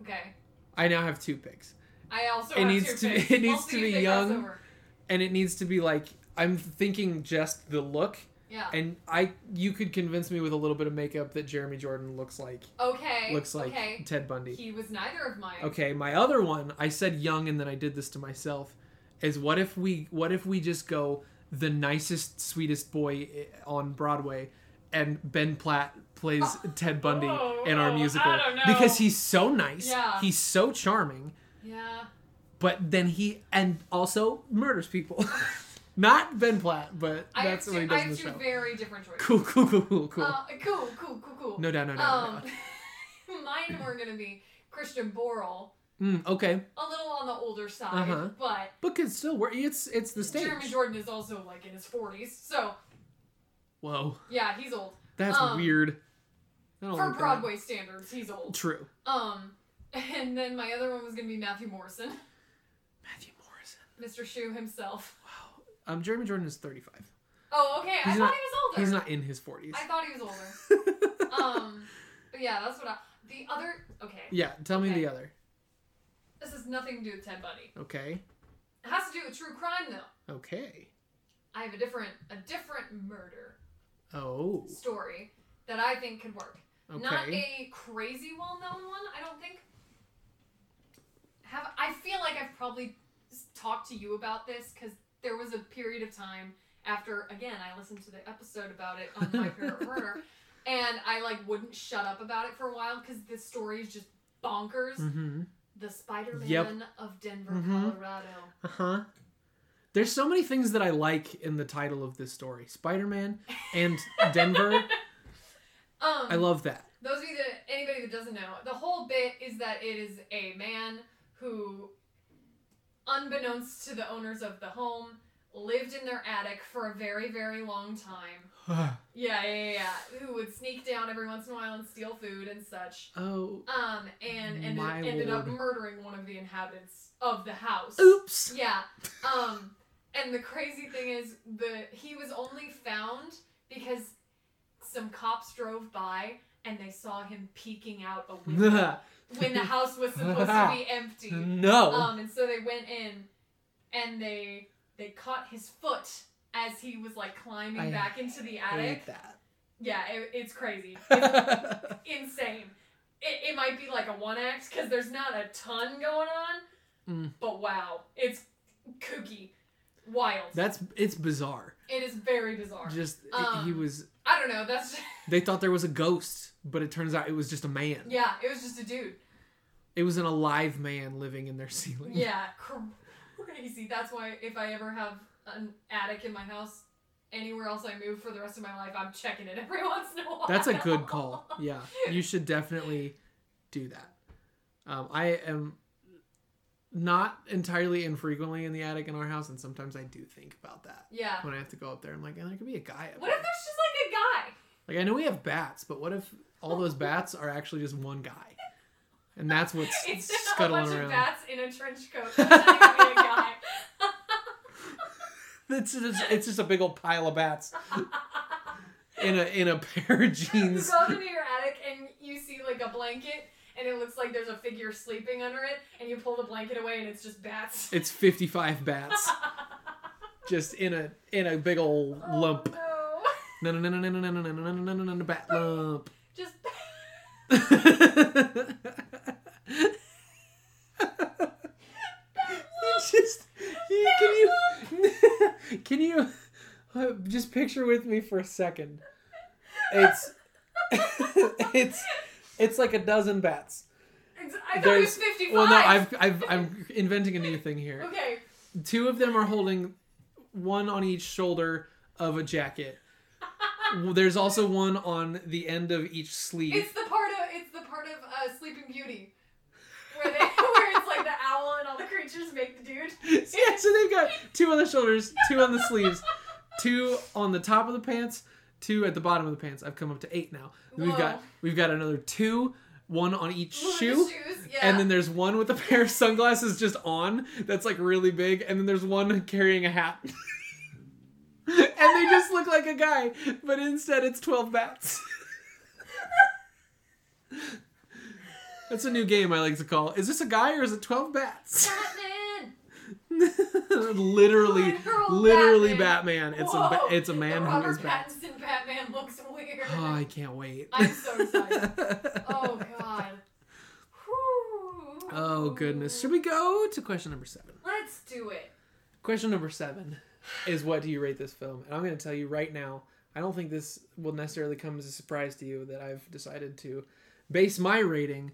B: Okay,
A: I now have two picks,
B: I also
A: It
B: have
A: needs to
B: two
A: be-
B: picks.
A: *laughs* it needs
B: We'll
A: to
B: see
A: be
B: if they
A: young.
B: cross over.
A: and it needs to be like I'm thinking just the look,
B: Yeah.
A: and I you could convince me with a little bit of makeup that Jeremy Jordan looks like
B: Okay.
A: looks like
B: Okay.
A: Ted Bundy.
B: He was neither of mine.
A: Okay, my other one, I said young and then I did this to myself, is what if we what if we just go the nicest sweetest boy i- on Broadway and Ben Platt plays Ted Bundy
B: Oh,
A: in our
B: oh,
A: musical
B: I don't know.
A: because he's so nice,
B: Yeah.
A: he's so charming,
B: Yeah.
A: but then he and also murders people. *laughs* Not Ben Platt, but
B: I
A: that's
B: have
A: what he
B: two,
A: does
B: I
A: in the
B: have two
A: show.
B: very different choices.
A: Cool, cool, cool, cool, cool.
B: Uh, cool, cool, cool, cool.
A: no, down, no, down,
B: um, *laughs* mine were gonna be Christian Borle,
A: no. Mm, okay,
B: a little on the older side,
A: Uh-huh.
B: but
A: but could still work. It's it's the stage.
B: Jeremy Jordan is also like in his forties, so
A: Whoa,
B: yeah, he's old
A: that's
B: Um,
A: weird. I don't
B: for
A: like that.
B: Broadway standards. He's
A: *laughs*
B: old.
A: True.
B: Um, and then my other one was gonna be Matthew Morrison, *laughs*
A: Matthew Morrison.
B: Mr. Shoe himself.
A: Wow. Um, Jeremy Jordan is 35.
B: Oh, okay, I
A: He's
B: thought
A: not-
B: he was older.
A: He's not in his 40s. *laughs*
B: I thought he was older. um, but yeah, that's what I. The other okay,
A: yeah, tell me
B: Okay.
A: the other.
B: this has nothing to do with Ted Bundy.
A: Okay.
B: It has to do with true crime though.
A: Okay.
B: I have a different a different murder
A: Oh.
B: story that I think could work.
A: Okay.
B: Not a crazy well known one. I don't think. Have I feel like I've probably s- talked to you about this because there was a period of time after again I listened to the episode about it on My Favorite Murder, and I like wouldn't shut up about it for a while because the story is just bonkers.
C: Mm-hmm.
B: The Spider Man
A: Yep.
B: of Denver,
A: Mhm.
B: Colorado.
A: Uh huh.
C: There's so many things that I like in the title of this story. Spider-Man
B: *laughs*
C: and Denver.
B: Um,
C: I love that.
A: *sighs*
B: those of you that anybody that doesn't know, the whole bit is that it is a man who, unbeknownst to the owners of the home, lived in their attic for a very very long time. Yeah, yeah, yeah. yeah. Who would sneak down every once in a while and steal food and such.
C: oh,
B: Um, and ended,
A: My
B: ended up
A: lord.
B: murdering one of the inhabitants of the house.
A: *laughs*
C: oops.
B: Yeah. Um, and the crazy thing is the he was only found because some cops drove by and they saw him peeking out a
C: *laughs*
B: window when the house was supposed to be empty.
C: no.
B: Um, and so they went in, and they they caught his foot as he was like climbing
C: I
B: back into the
C: I
B: attic.
C: hate that.
B: Yeah, it, it's crazy, It's
C: I
B: insane. It, it might be like a one act because there's not a ton going on,
C: Mm.
B: but wow, it's kooky, wild.
A: *laughs* That's it's bizarre.
B: it is very bizarre.
A: Just it- he
B: Um,
A: was.
B: I don't know. That's *laughs*
A: They thought there was a ghost, but it turns out it was just a man.
B: yeah. It was just a dude.
A: It was an alive man living in their *laughs* ceiling.
B: Yeah, crazy. That's why if I ever have an attic in my house, anywhere else I move for the rest of my life, I'm checking it every *laughs* once in a while.
A: That's a good call. Yeah, you should definitely do that. Um, I am not entirely infrequently in the attic in our house, and sometimes I do think about that
B: Yeah.
A: when I have to go up there. I'm like, and there could be a guy. Up
B: What if
A: there."
B: there's just like a guy?
A: Like I know we have bats, but what if all those bats are actually just one guy, and that's what's
B: *laughs* It's just a
A: scuttling
B: bunch
A: around.
B: of bats in a trench coat. That's not even a guy.
A: It's just, it's just a big old pile of bats in a in a pair of
B: You
A: jeans.
B: go into your attic and you see like a blanket, and it looks like there's a figure sleeping under it, and you pull the blanket away, and it's just bats.
A: It's 55 bats just in a in a big old
B: *laughs* Oh,
A: lump.
B: no. *laughs*
A: No no no no no no no no no no no no no bat lump. *laughs*
B: Just
A: Just you- can you can you uh, just picture with me for a second? It's *laughs* it's it's like a dozen bats.
B: it's, I thought it was
A: There's-
B: 55.
A: Well, no, I've, I've I'm inventing a new thing here.
B: Okay.
A: Two of them are holding one on each shoulder of a jacket. There's also one on the end of each
B: It's
A: sleeve.
B: the part of it's the part of uh, Sleeping Beauty where they *laughs* where it's like the owl and all the creatures make the dude.
A: *laughs* yeah, so they've got two on the shoulders, two on the sleeves, two on the top of the pants, two at the bottom of the pants. I've come up to eight now. Then We've got
B: Whoa.
A: we've got another two, one on each
B: One of the
A: shoe.
B: shoes, yeah.
A: And then there's one with a *laughs* pair of sunglasses just on that's like really big, and then there's one carrying a hat. *laughs* and they just look like a guy, but instead it's 12 bats. *laughs* that's a new game I like to call. Is this a guy or is it 12 bats? *laughs*
B: Batman.
A: literally,
B: Literal
A: literally
B: Batman.
A: Batman. It's a ba-
B: Whoa.
A: it's a man
B: the
A: who
B: Robert
A: wears bats.
B: Pattinson Batman looks weird.
A: Oh, I can't wait.
B: I'm so excited.
A: *laughs*
B: oh god. Whew.
A: Oh goodness. Should we go to question number 7?
B: Let's do it.
A: Question number seven is what do you rate this film? And I'm going to tell you right now, I don't think this will necessarily come as a surprise to you that I've decided to base my rating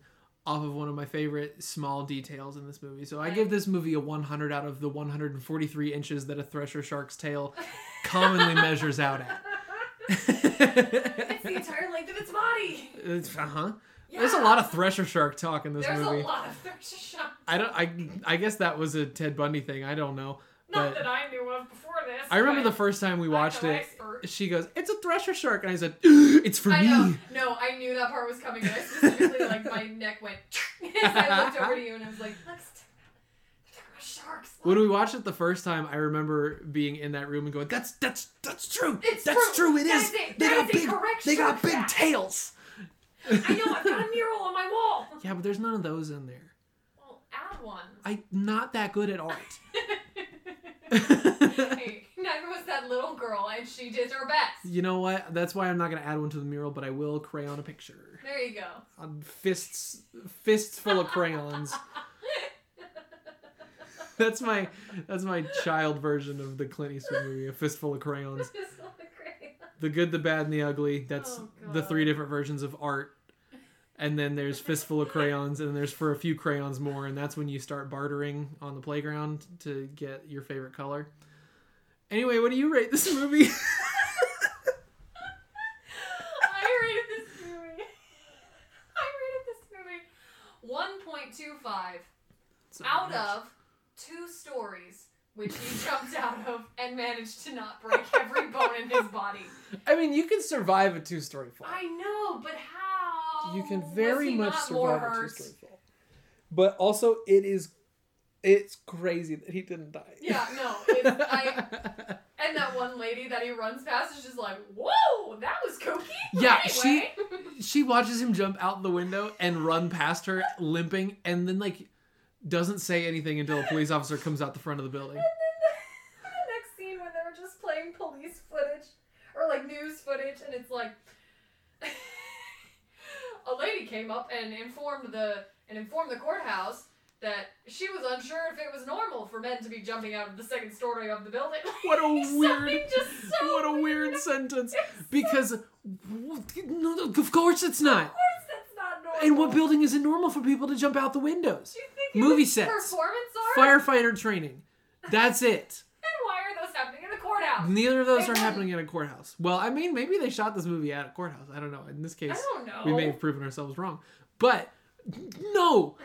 A: off of one of my favorite small details in this movie. So I give this movie a 100 out of the 143 inches that a thresher shark's tail
B: *laughs*
A: commonly measures out at.
B: It's the entire length of its body.
A: *laughs* It's- uh-huh. *laughs*
B: Yeah.
A: There's a lot of thresher shark talk in this
B: There's
A: movie.
B: a lot of thirst shots.
A: I don't I I guess that was a Ted Bundy thing. I don't know.
B: Not
A: But-
B: that I knew of before this.
A: I remember
B: but
A: the first time we
B: I'm
A: watched
B: no
A: it.
B: expert.
A: She goes, "It's a thresher shark," and I said, *gasps* "It's for
B: I
A: me."
B: know. No, I knew that part was coming. And I specifically, like,
A: *laughs*
B: my neck went. *laughs* as I looked over to you and I was like, let's talk about sharks.
A: When we watched it the first time, I remember being in that room and going, "That's that's that's true.
B: It's
A: that's
B: true.
A: true. It
B: That
A: is.
B: is a-
A: they
B: that
A: got
B: is a
A: big.
B: correct
A: They got
B: shark
A: big
B: fact."
A: tails."
B: I know,
A: *laughs*
B: I've got a mural on my wall.
A: Yeah, but there's none of those in there.
B: Well, add
A: *laughs*
B: one.
A: I'm not that good at
B: *laughs*
A: art. *laughs*
B: Hey, *laughs* neither was that little girl, and she did her best.
A: you know what? That's why I'm not gonna add one to the mural, but I will crayon a picture.
B: There you go. *laughs*
A: On fists, fists full of crayons. that's my that's my child version of the Clint Eastwood movie, A Fistful of Crayons.
B: Just all the crayons.
A: The Good, the Bad, and the Ugly. That's
B: Oh,
A: the
B: God.
A: three different versions of art. And then there's Fistful of Crayons, and there's for a few crayons more, and that's when you start bartering on the playground to get your favorite color. Anyway, what do you rate this movie?
B: I rated this movie. I rated this movie 1.25 out of two stories, which he jumped out of and managed to not break every bone in his body.
A: I mean, you can survive a two-story fall.
B: I know, but how?
C: you can
B: Oh, was
C: very
B: he
C: much
B: not more
C: survive a
B: hurt?
C: two-story fall. But also, it is it's crazy that he didn't die.
B: Yeah,
C: *laughs*
B: no. It's, I, and that one lady that he runs past is just like, whoa, that was kooky. But
A: Yeah,
B: anyway,
A: she watches him jump out the window and run past her limping and then like doesn't say anything until a police officer comes out the front of the building
B: *laughs* the next scene when they were just playing police footage or like news footage, and it's like *laughs* a lady came up and informed the and informed the courthouse that she was unsure if it was normal for men to be jumping out of the second story of the building. *laughs*
A: what a
B: Something
A: weird
B: just so
A: what a weird sentence because no, no, of course it's
B: Of
A: not
B: course, that's not normal.
A: and what building is it normal for people to jump out the windows
B: Do you think it
A: Movie
B: was
A: sets.
B: Performance art.
A: firefighter training that's it
B: Then why are those happening in the courthouse?
A: neither of those
B: They
A: are
B: wouldn't.
A: happening in a courthouse well i mean maybe they shot this movie at a courthouse i don't know in this
B: I
A: case
B: don't know.
A: we may have proven ourselves wrong. But no,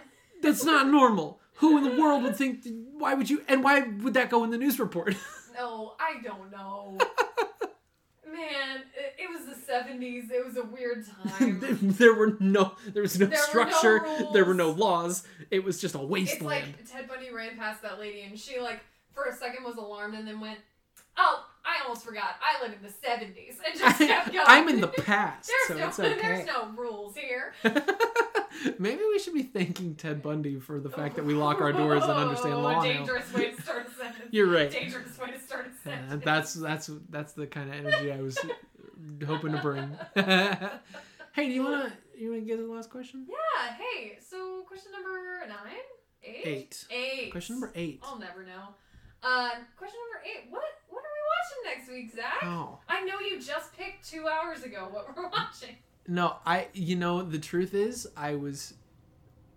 A: that's not normal. Who in the world would think? Why would you? And why would that go in the news report?
B: No, I
A: *laughs*
B: don't know. Man, it, it was the 70s. It was
A: *laughs*
B: a weird time.
A: there were no, there was no
B: There were no
A: structure. there were no
B: rules.
A: laws. It was just a
B: it's like
A: wasteland.
B: Ted Bundy ran past that lady and she, like, for a second was alarmed and then went, Oh, I almost forgot. I live in the 70s. And
A: *laughs*
B: just kept going.
A: I, am
B: *laughs*
A: in the past,
B: There's,
A: so
B: no,
A: it's okay.
B: there's no rules here.
A: *laughs* Maybe we should be thanking Ted Bundy for the fact that we lock our doors and understand
B: *laughs* Oh,
A: law now.
B: Dangerous way to start a
A: *laughs*
B: sentence.
A: You're right.
B: Dangerous way to start a
A: Yeah,
B: sentence.
A: Uh, that's that's that's the kind of energy I
B: *laughs*
A: was hoping to bring. *laughs* hey, do you wanna you wanna get the last question?
B: Yeah, hey, so question number nine? Eight?
A: Eight.
B: Eight.
A: Question number eight.
B: I'll never know. Uh, question number eight. What what are we watching next week, Zach?
A: Oh
B: I know you just picked two hours ago what we're *laughs* watching.
A: no, I you know the truth is I was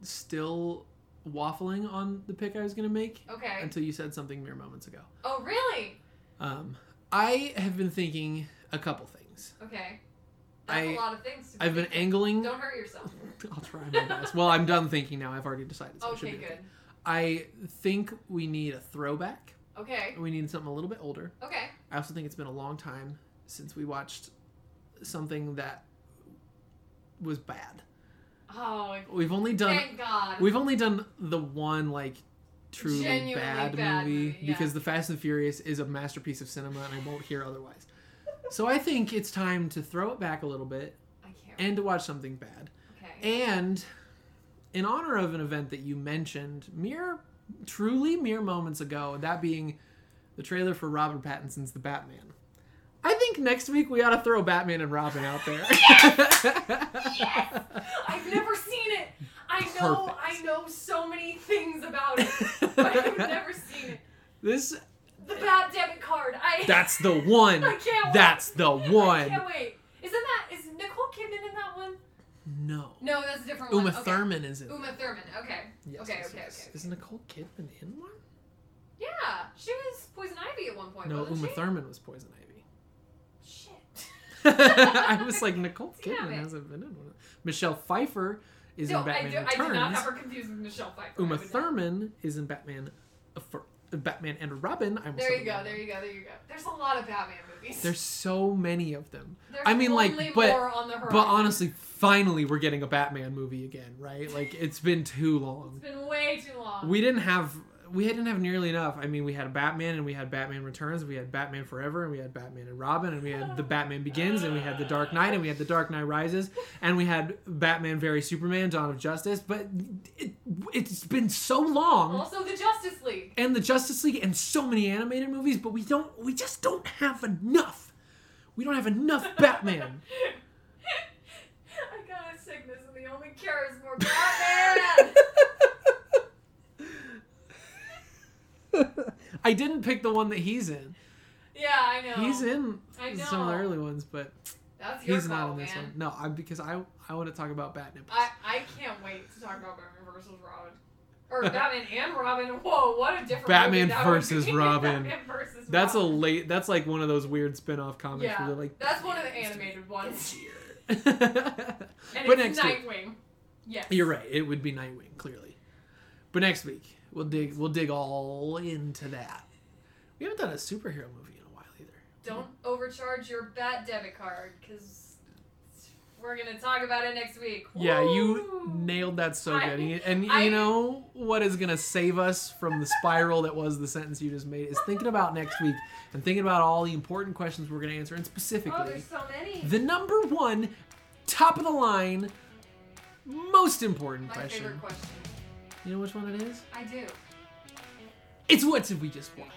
A: still waffling on the pick I was gonna make
B: Okay.
A: until you said something mere moments ago.
B: Oh really?
A: Um, I have been thinking a couple things.
B: Okay. That's a
A: I-
B: lot of things. To
A: I've been
B: think.
A: angling.
B: Don't hurt yourself.
A: *laughs* I'll try my best. well, I'm done thinking now. I've already decided. So it should
B: Okay,
A: be
B: good.
A: I think we need a throwback.
B: Okay.
A: We need something a little bit older.
B: Okay.
A: I also think it's been a long time since we watched something that was bad.
B: Oh,
A: We've only done
B: thank God.
A: we've only done the one like truly
B: Genuinely
A: bad,
B: bad
A: movie,
B: movie, yeah.
A: because The Fast and Furious is a masterpiece of cinema and I won't hear otherwise. So I think it's time to throw it back a little bit
B: I can't.
A: and to watch something bad.
B: okay.
A: And in honor of an event that you mentioned mere truly mere moments ago, that being the trailer for Robert Pattinson's The Batman. I think next week we ought to throw Batman and Robin out
B: *laughs*
A: there.
B: I've never seen it. I know. I
A: Perfect.
B: know so many things about it,
A: *laughs*
B: but I've never seen it.
A: *laughs* this
B: The bad debit card. I.
A: that's the one.
B: *laughs* I can't wait.
A: That's the
B: I
A: one.
B: can't wait. Isn't that is Nicole Kidman in that one?
A: No.
B: No, that's a different one.
A: Uma
B: Okay.
A: Thurman is in. it.
B: Uma Thurman. Okay.
A: Yes,
B: okay,
A: yes,
B: okay,
A: yes.
B: okay,
A: Is Nicole Kidman in one?
B: Yeah, she was Poison Ivy at one point.
A: No,
B: wasn't
A: Uma
B: she?
A: Thurman was Poison Ivy.
B: Shit.
A: *laughs* I was like Nicole
B: *laughs* Damn
A: Kidman
B: it.
A: hasn't been in one. Michelle Pfeiffer is
B: no,
A: in Batman
B: I, do, I
A: Returns.
B: did not have her confused with Michelle Pfeiffer. I
A: Uma
B: would not.
A: Thurman is in Batman uh, for uh, Batman and Robin. I almost
B: There
A: said
B: you go.
A: Batman.
B: There you go. There you go. There's a lot of Batman movies.
A: There's so many of them.
B: There's
A: I mean, like,
B: only
A: but-
B: more on the horizon.
A: But honestly, finally we're getting a Batman movie again, right? Like it's been too
B: it's
A: long.
B: been way too long.
A: We didn't have we didn't have nearly enough. I mean, we had Batman and we had Batman Returns, we had Batman Forever, and we had Batman and Robin, and we had The Batman Begins, and we had The Dark Knight, and we had The Dark Knight Rises, and we had Batman very Superman, Dawn of Justice. But it, it's been so long.
B: also, the Justice League. *laughs*
A: and the Justice League and so many animated movies, but we don't we just don't have enough. We don't have enough Batman.
B: I got a sickness, and the only
A: *laughs*
B: cure is more Batman.
A: I didn't pick the one that he's in.
B: Yeah, I know.
A: He's in
B: I know.
A: some of the early ones, but
B: That's your
A: he's
B: call,
A: not in this
B: man.
A: one. No, I because I I want to talk about Bat Nipples.
B: I, I can't wait to talk about Batman versus Robin.
A: *laughs*
B: Or Batman and Robin. Whoa, what a different
A: Batman
B: movie that would
A: versus
B: be. *laughs*
A: Robin.
B: Batman versus
A: that's a
B: Robin.
A: late. That's like one of those weird spin-off comics
B: Yeah,
A: where they're like.
B: That's one of the animated
A: *laughs*
B: ones. *laughs* And
A: But
B: it's
A: next week.
B: Nightwing. Yes.
A: You're right. It would be Nightwing clearly, but next week we'll dig we'll dig all into that. We haven't done a superhero movie in a while either.
B: Don't overcharge your Bat debit card because we're gonna talk about it next week.
A: Yeah, you
B: Woo!
A: nailed that so
B: I-
A: good. And- and
B: I-
A: you know what is going to save us from the spiral that was the sentence you just made is thinking about next week and thinking about all the important questions we're going to answer and
B: Oh,
A: specifically
B: there's so many.
A: the number one top of the line most important
B: My
A: question.
B: favorite question.
A: You know which one it is?
B: I do.
A: It's what did we just watch?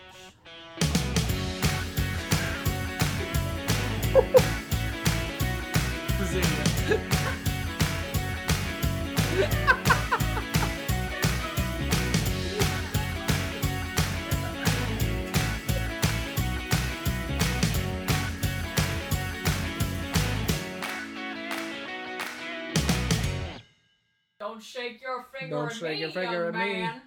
A: *laughs* Bazinga.
B: Don't shake your finger
A: Don't
B: at
A: shake
B: me,
A: your finger
B: young
A: at me.
B: man.